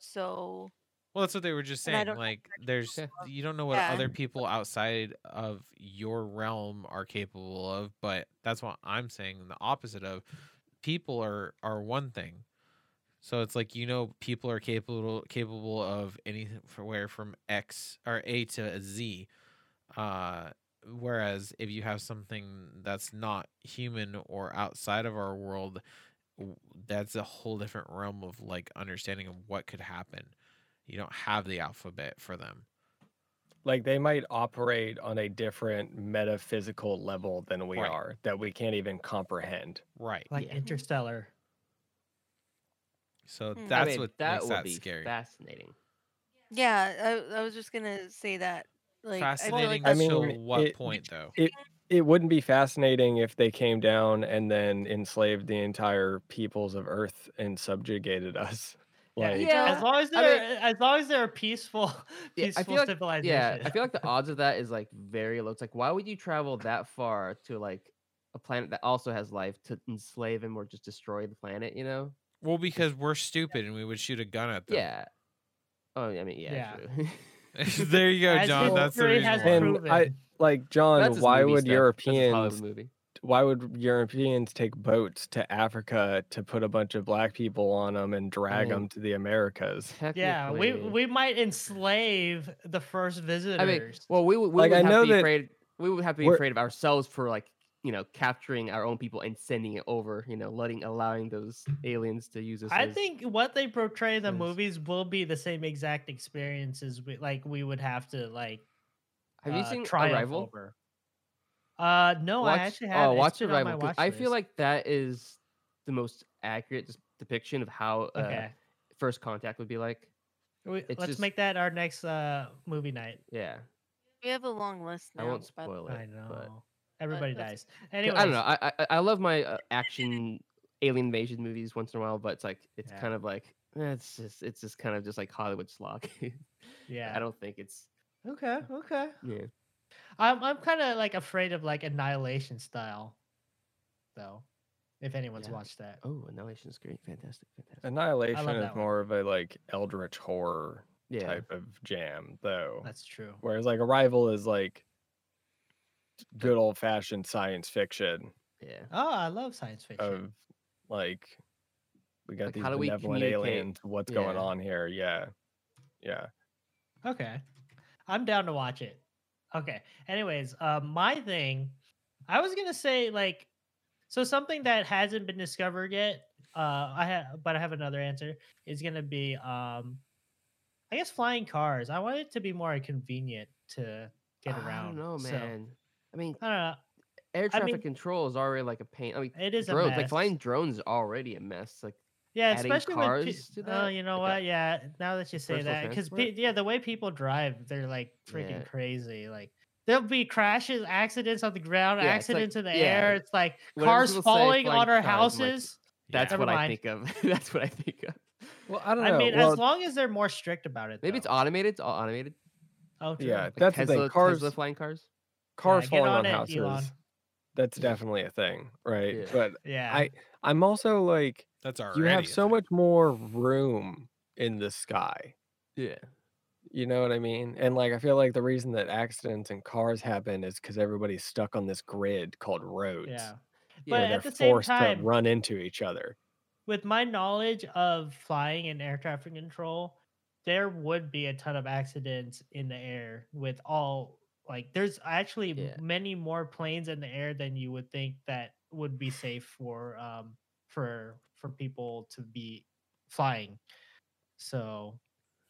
So, well that's what they were just And I saying don't know like what it there's is. you don't know what Yeah. other people outside of your realm are capable of but that's what i'm saying the opposite of people are are one thing so it's like you know people are capable capable of anything where from x or a to z Uh, whereas if you have something that's not human or outside of our world, w- that's a whole different realm of like understanding of what could happen. You don't have the alphabet for them. like they might operate on a different metaphysical level than we Right. are that we can't even comprehend. Right. Like Yeah. interstellar. So Hmm. I I that's mean, what that makes would that be scary. fascinating. yeah, I, I was just going to say that. Like, I feel like Fascinating I that's mean, what- till what it- point though? It wouldn't be fascinating if they came down and then enslaved the entire peoples of Earth and subjugated us. Yeah. Like, Yeah. As long as I they're as long as they're a peaceful Yeah, I peaceful feel like civilization. yeah, I feel like the odds of that is like very low. It's like why would you travel that far to like a planet that also has life to enslave him or just destroy the planet? You know? Well, because we're stupid and we would shoot a gun at them. Yeah. Oh, I mean, yeah. Yeah. true. there you go, As John. history That's the reason has why. And proven. I- like John, That's just why movie would stuff. That's just Hollywood Europeans movie? why would Europeans take boats to Africa to put a bunch of black people on them and drag mean, them to the Americas? Yeah, we Technically- we might enslave the first visitors. I mean, well, we would we Like, would I have know to be that afraid. We would have to be we're- afraid of ourselves for like you know capturing our own people and sending it over. You know, letting allowing those aliens to use us. I as- think what they portray in the Yes. movies will be the same exact experiences we like we would have to like Have you uh, seen triumph Arrival? over. Uh no, I actually oh, have watch Arrival. 'cause I feel like that is the most accurate des- depiction of how uh, okay. first contact would be like. We, it's let's just- make that our next uh movie night. Yeah, we have a long list now. I won't by the spoil it. I But, know. Everybody that's- dies. Anyway, I don't know. I, I I love my uh, action alien invasion movies once in a while, but it's like it's Yeah. kind of like eh, it's just it's just kind of just like Hollywood slog. Yeah. I don't think it's Okay, okay. yeah. I'm I'm kind of like afraid of like annihilation style, though. If anyone's Yeah. watched that, Oh, Annihilation is great. Fantastic. Fantastic. Annihilation that is one. more of a like eldritch horror Yeah. type of jam, Oh. though. that's true. Whereas like Arrival is like good old fashioned science fiction Yeah. Oh, I love science fiction. of like we got Like, these how do we benevolent communicate? aliens. What's going Yeah. on here? Yeah, yeah. Oh. Okay. I'm down to watch it. Okay. Anyways, uh, my thing, I was gonna say like, so something that hasn't been discovered yet. Uh, I have, but I have another answer. Is gonna be um, I guess flying cars. I want it to be more convenient to get I around. don't know, so- man. I mean, I don't know. air I traffic mean- control is already like a pain. I mean, It is a drones mess. like flying drones is already a mess. Like yeah, adding especially cars with pe- to Oh, that, you know like a what? Yeah, now that you say personal that, because transport. yeah, the way people drive, they're like freaking Yeah. crazy. Like there'll be crashes, accidents on the ground, Yeah, it's like- accidents in the yeah, air. It's like whenever cars people say falling flying on our cars, I'm like, houses. that's Yeah. what Never I think of. that's what I think of. Well, I don't I know. mean, well, as long as they're more strict about it, Maybe it's though. automated. It's all automated. oh, true. yeah, Yeah, Like that's Tesla, the thing. Cars, Tesla flying cars. cars get falling on, on it, houses. Elon. That's definitely a thing, right? Yeah. But I, I'm also like, That's already. you have a so thing. much more room in the sky. Yeah. You know what I mean? And like, I feel like the reason that accidents and cars happen is because everybody's stuck on this grid called roads. yeah. where But Yeah. at they're the same forced time- to run into each other. with my knowledge of flying and air traffic control, there would be a ton of accidents in the air with all like there's actually Yeah. many more planes in the air than you would think that would be safe for um for for people to be flying. So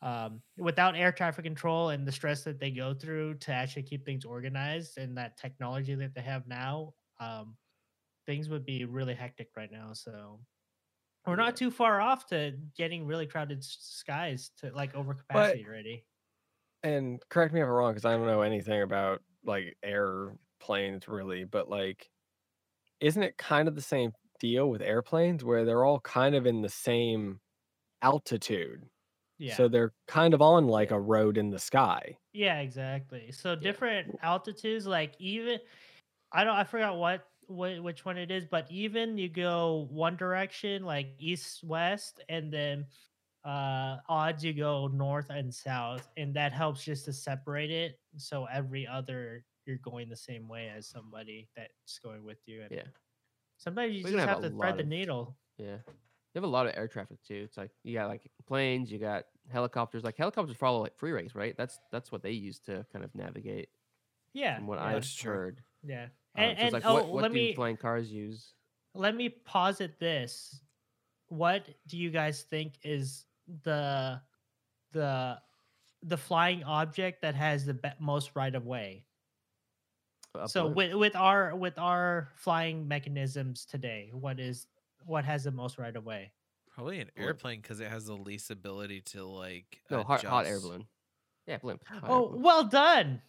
um without air traffic control and the stress that they go through to actually keep things organized and that technology that they have now, um things would be really hectic right now. So we're Yeah. not too far off to getting really crowded s- skies to like overcapacity already. And correct me if I'm wrong, because I don't know anything about like airplanes really, but like, isn't it kind of the same deal with airplanes where they're all kind of in the same altitude? Yeah. So they're kind of on like Yeah. a road in the sky. yeah, exactly. So different altitudes, like even I don't I forgot what, what which one it is, but even you go one direction, like east west, and then uh odds you go north and south, and that helps just to separate it. So every other you're going the same way as somebody that's going with you. And Yeah. Sometimes you We're gonna just have have, a to lot thread the of- needle. Yeah. They have a lot of air traffic too. It's like you got like planes, you got helicopters. Like helicopters follow like freeways, right? That's that's what they use to kind of navigate. Yeah. From what yeah. I've That's true. heard. Yeah. Um, And, so it's and like oh, what, what let do me flying cars use? let me posit this. What do you guys think is the the the flying object that has the be- most right of way? A so balloon? with with our with our flying mechanisms today, what is what has the most right of way? Probably an Or- airplane because it has the least ability to like. no hot, hot air adjust. balloon. Yeah, blimp. hot air Oh, balloon. well done.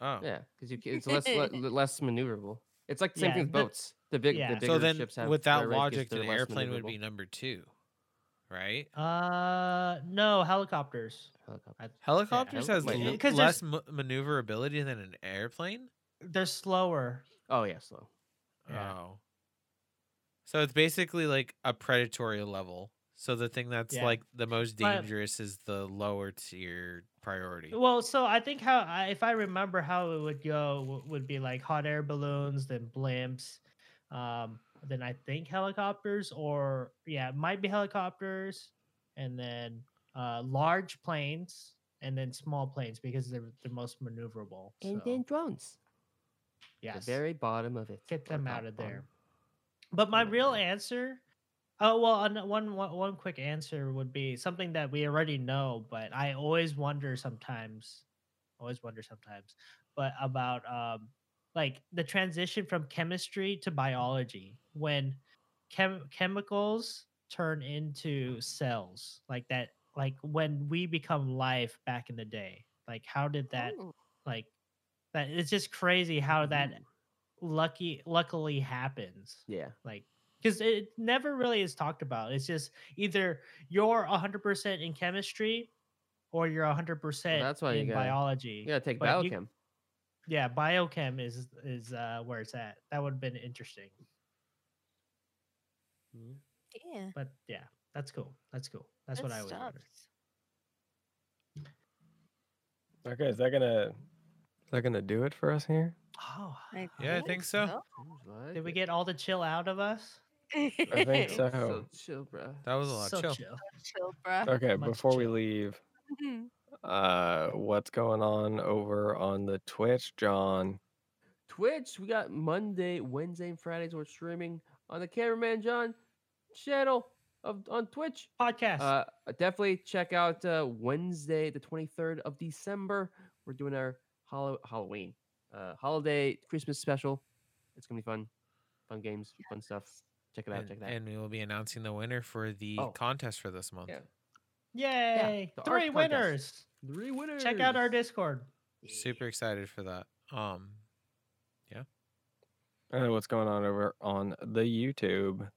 Oh, yeah, because you ca- it's less le- le- less maneuverable. It's like the same Yeah, thing with the- boats. The big yeah. the So bigger So then, ships have with that better range 'cause logic, they're an less airplane would be maneuverable. number two, right? Uh no, helicopters. Helicopter. Helicopters has might l- not. 'Cause less there's- m- maneuverability than an airplane. They're slower. Oh yeah, slow. Yeah. Oh, so it's basically like a predatory level. So the thing that's Yeah. like the most But- dangerous is the lower tier priority. Well, so I think how I- if I remember how it would go w- would be like hot air balloons, then blimps, um, then I think helicopters, or yeah, it might be helicopters, and then uh, large planes, and then small planes because they're the most maneuverable. And So, then drones. yes, The very bottom of it. get or them top out of there. bottom. But my Yeah, real yeah. answer, oh well, an- one one one quick answer would be something that we already know, but I always wonder sometimes, always wonder sometimes, but about um like the transition from chemistry to biology when chem- chemicals turn into cells like that like when we become life back in the day like how did that Oh, like that it's just crazy how that Ooh. lucky luckily happens Yeah. like because it never really is talked about it's just either you're 100% in chemistry or you're 100% that's why you in gotta- biology You gotta take But you- biochem. yeah biochem is is uh where it's at that would have been interesting yeah. but yeah that's cool that's cool that's Good what i would stuff. Okay, is that gonna is that gonna do it for us here? oh Yeah, I think so. Ooh, did we like get all the chill out of us I think it. so. So chill, bro. That was a lot. so of chill. Chill, bruh. Okay, Much before we chill. leave, uh what's going on over on the Twitch, John? Twitch, we got Monday, Wednesday, and Fridays. We're streaming on the Cameraman John channel of on Twitch. podcast Uh, definitely check out uh, Wednesday, the 23rd of December. We're doing our Hallow- Halloween, uh, holiday, Christmas special. It's gonna be fun, fun games, fun stuff. Check it out. and, check it out. and we will be announcing the winner for the Oh. contest for this month. Yeah. Yay! the art Three contest. winners. Three winners. Check out our Discord. Super excited for that. Um, I don't know Uh, what's going on over on the YouTube.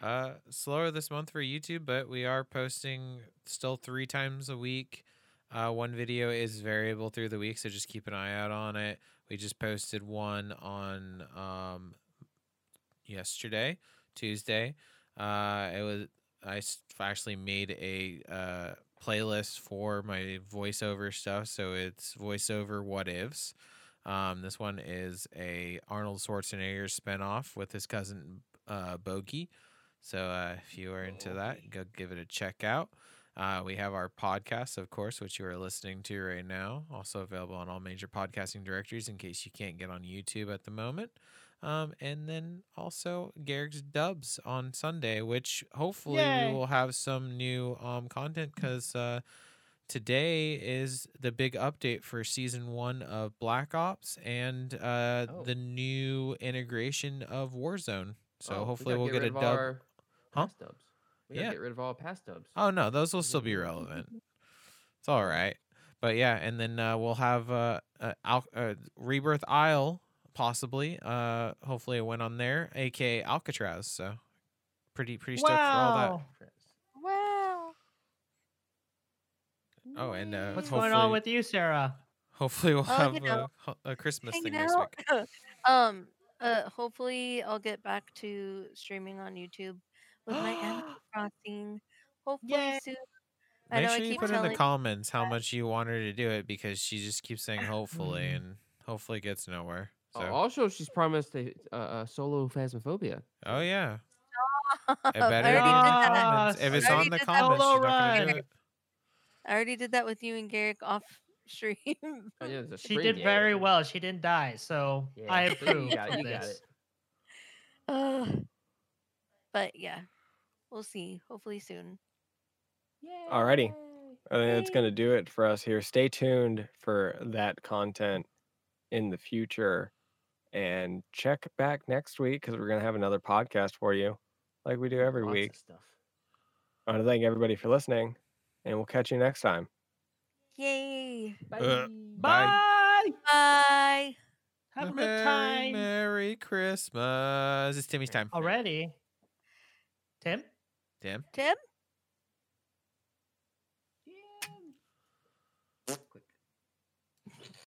Uh, slower this month for YouTube, but we are posting still three times a week. Uh, one video is variable through the week, so just keep an eye out on it. We just posted one on um yesterday, Tuesday. Uh, it was I s- actually made a uh playlist for my voiceover stuff, so it's voiceover what ifs. Um, this one is a Arnold Schwarzenegger spinoff with his cousin uh Bogey. So uh, if you are into that, go give it a check out. Uh, we have our podcast, of course, which you are listening to right now, also available on all major podcasting directories in case you can't get on YouTube at the moment. Um, and then also Garrick's Dubs on Sunday, which hopefully Yay. we will have some new um, content because uh, today is the big update for season one of Black Ops and uh, Oh. the new integration of Warzone. So Oh, we hopefully gotta we'll get, rid a of dub. our Huh? Past dubs. We gotta Yeah. get rid of all past dubs. Oh no, those will still be relevant. It's all right. But yeah, and then uh, we'll have uh, uh, Al- uh, Rebirth Isle possibly. Uh, hopefully it went on there, aka Alcatraz. So pretty pretty stoked for all Wow. Wow. that. Oh, and uh, What's hopefully, going on with you, Sarah? Hopefully we'll Oh, have you know, a, ho- a Christmas thing hanging next out. week. um. Uh. Hopefully, I'll get back to streaming on YouTube with my Animal Crossing. Hopefully Yay. soon. I Make know I sure you keep put in the telling- comments how much you want her to do it because she just keeps saying hopefully Mm. and hopefully gets nowhere. Oh, So Also, she's promised a, a, a solo phasmophobia. oh yeah, Oh, I I bet it already did in the that. comments. If I it's already on the did that. comments, Solo she's not gonna run. do it. I already did that with you and Garrick off stream. Oh, yeah, there's a She string, did yeah, very yeah. well. She didn't die, so Yeah, I so you approve got it, of you got this. it. Ugh. but yeah, we'll see. Hopefully soon. Alrighty. I think that's going to do it for us here. Stay tuned for that content in the future and check back next week because we're going to have another podcast for you like we do every Lots of week. stuff. I want to thank everybody for listening and we'll catch you next time. Yay. Uh, Bye. Bye. Have a Merry, good time. Merry Christmas. It's Timmy's time. Already. Tim? Tim. Tim? Quick.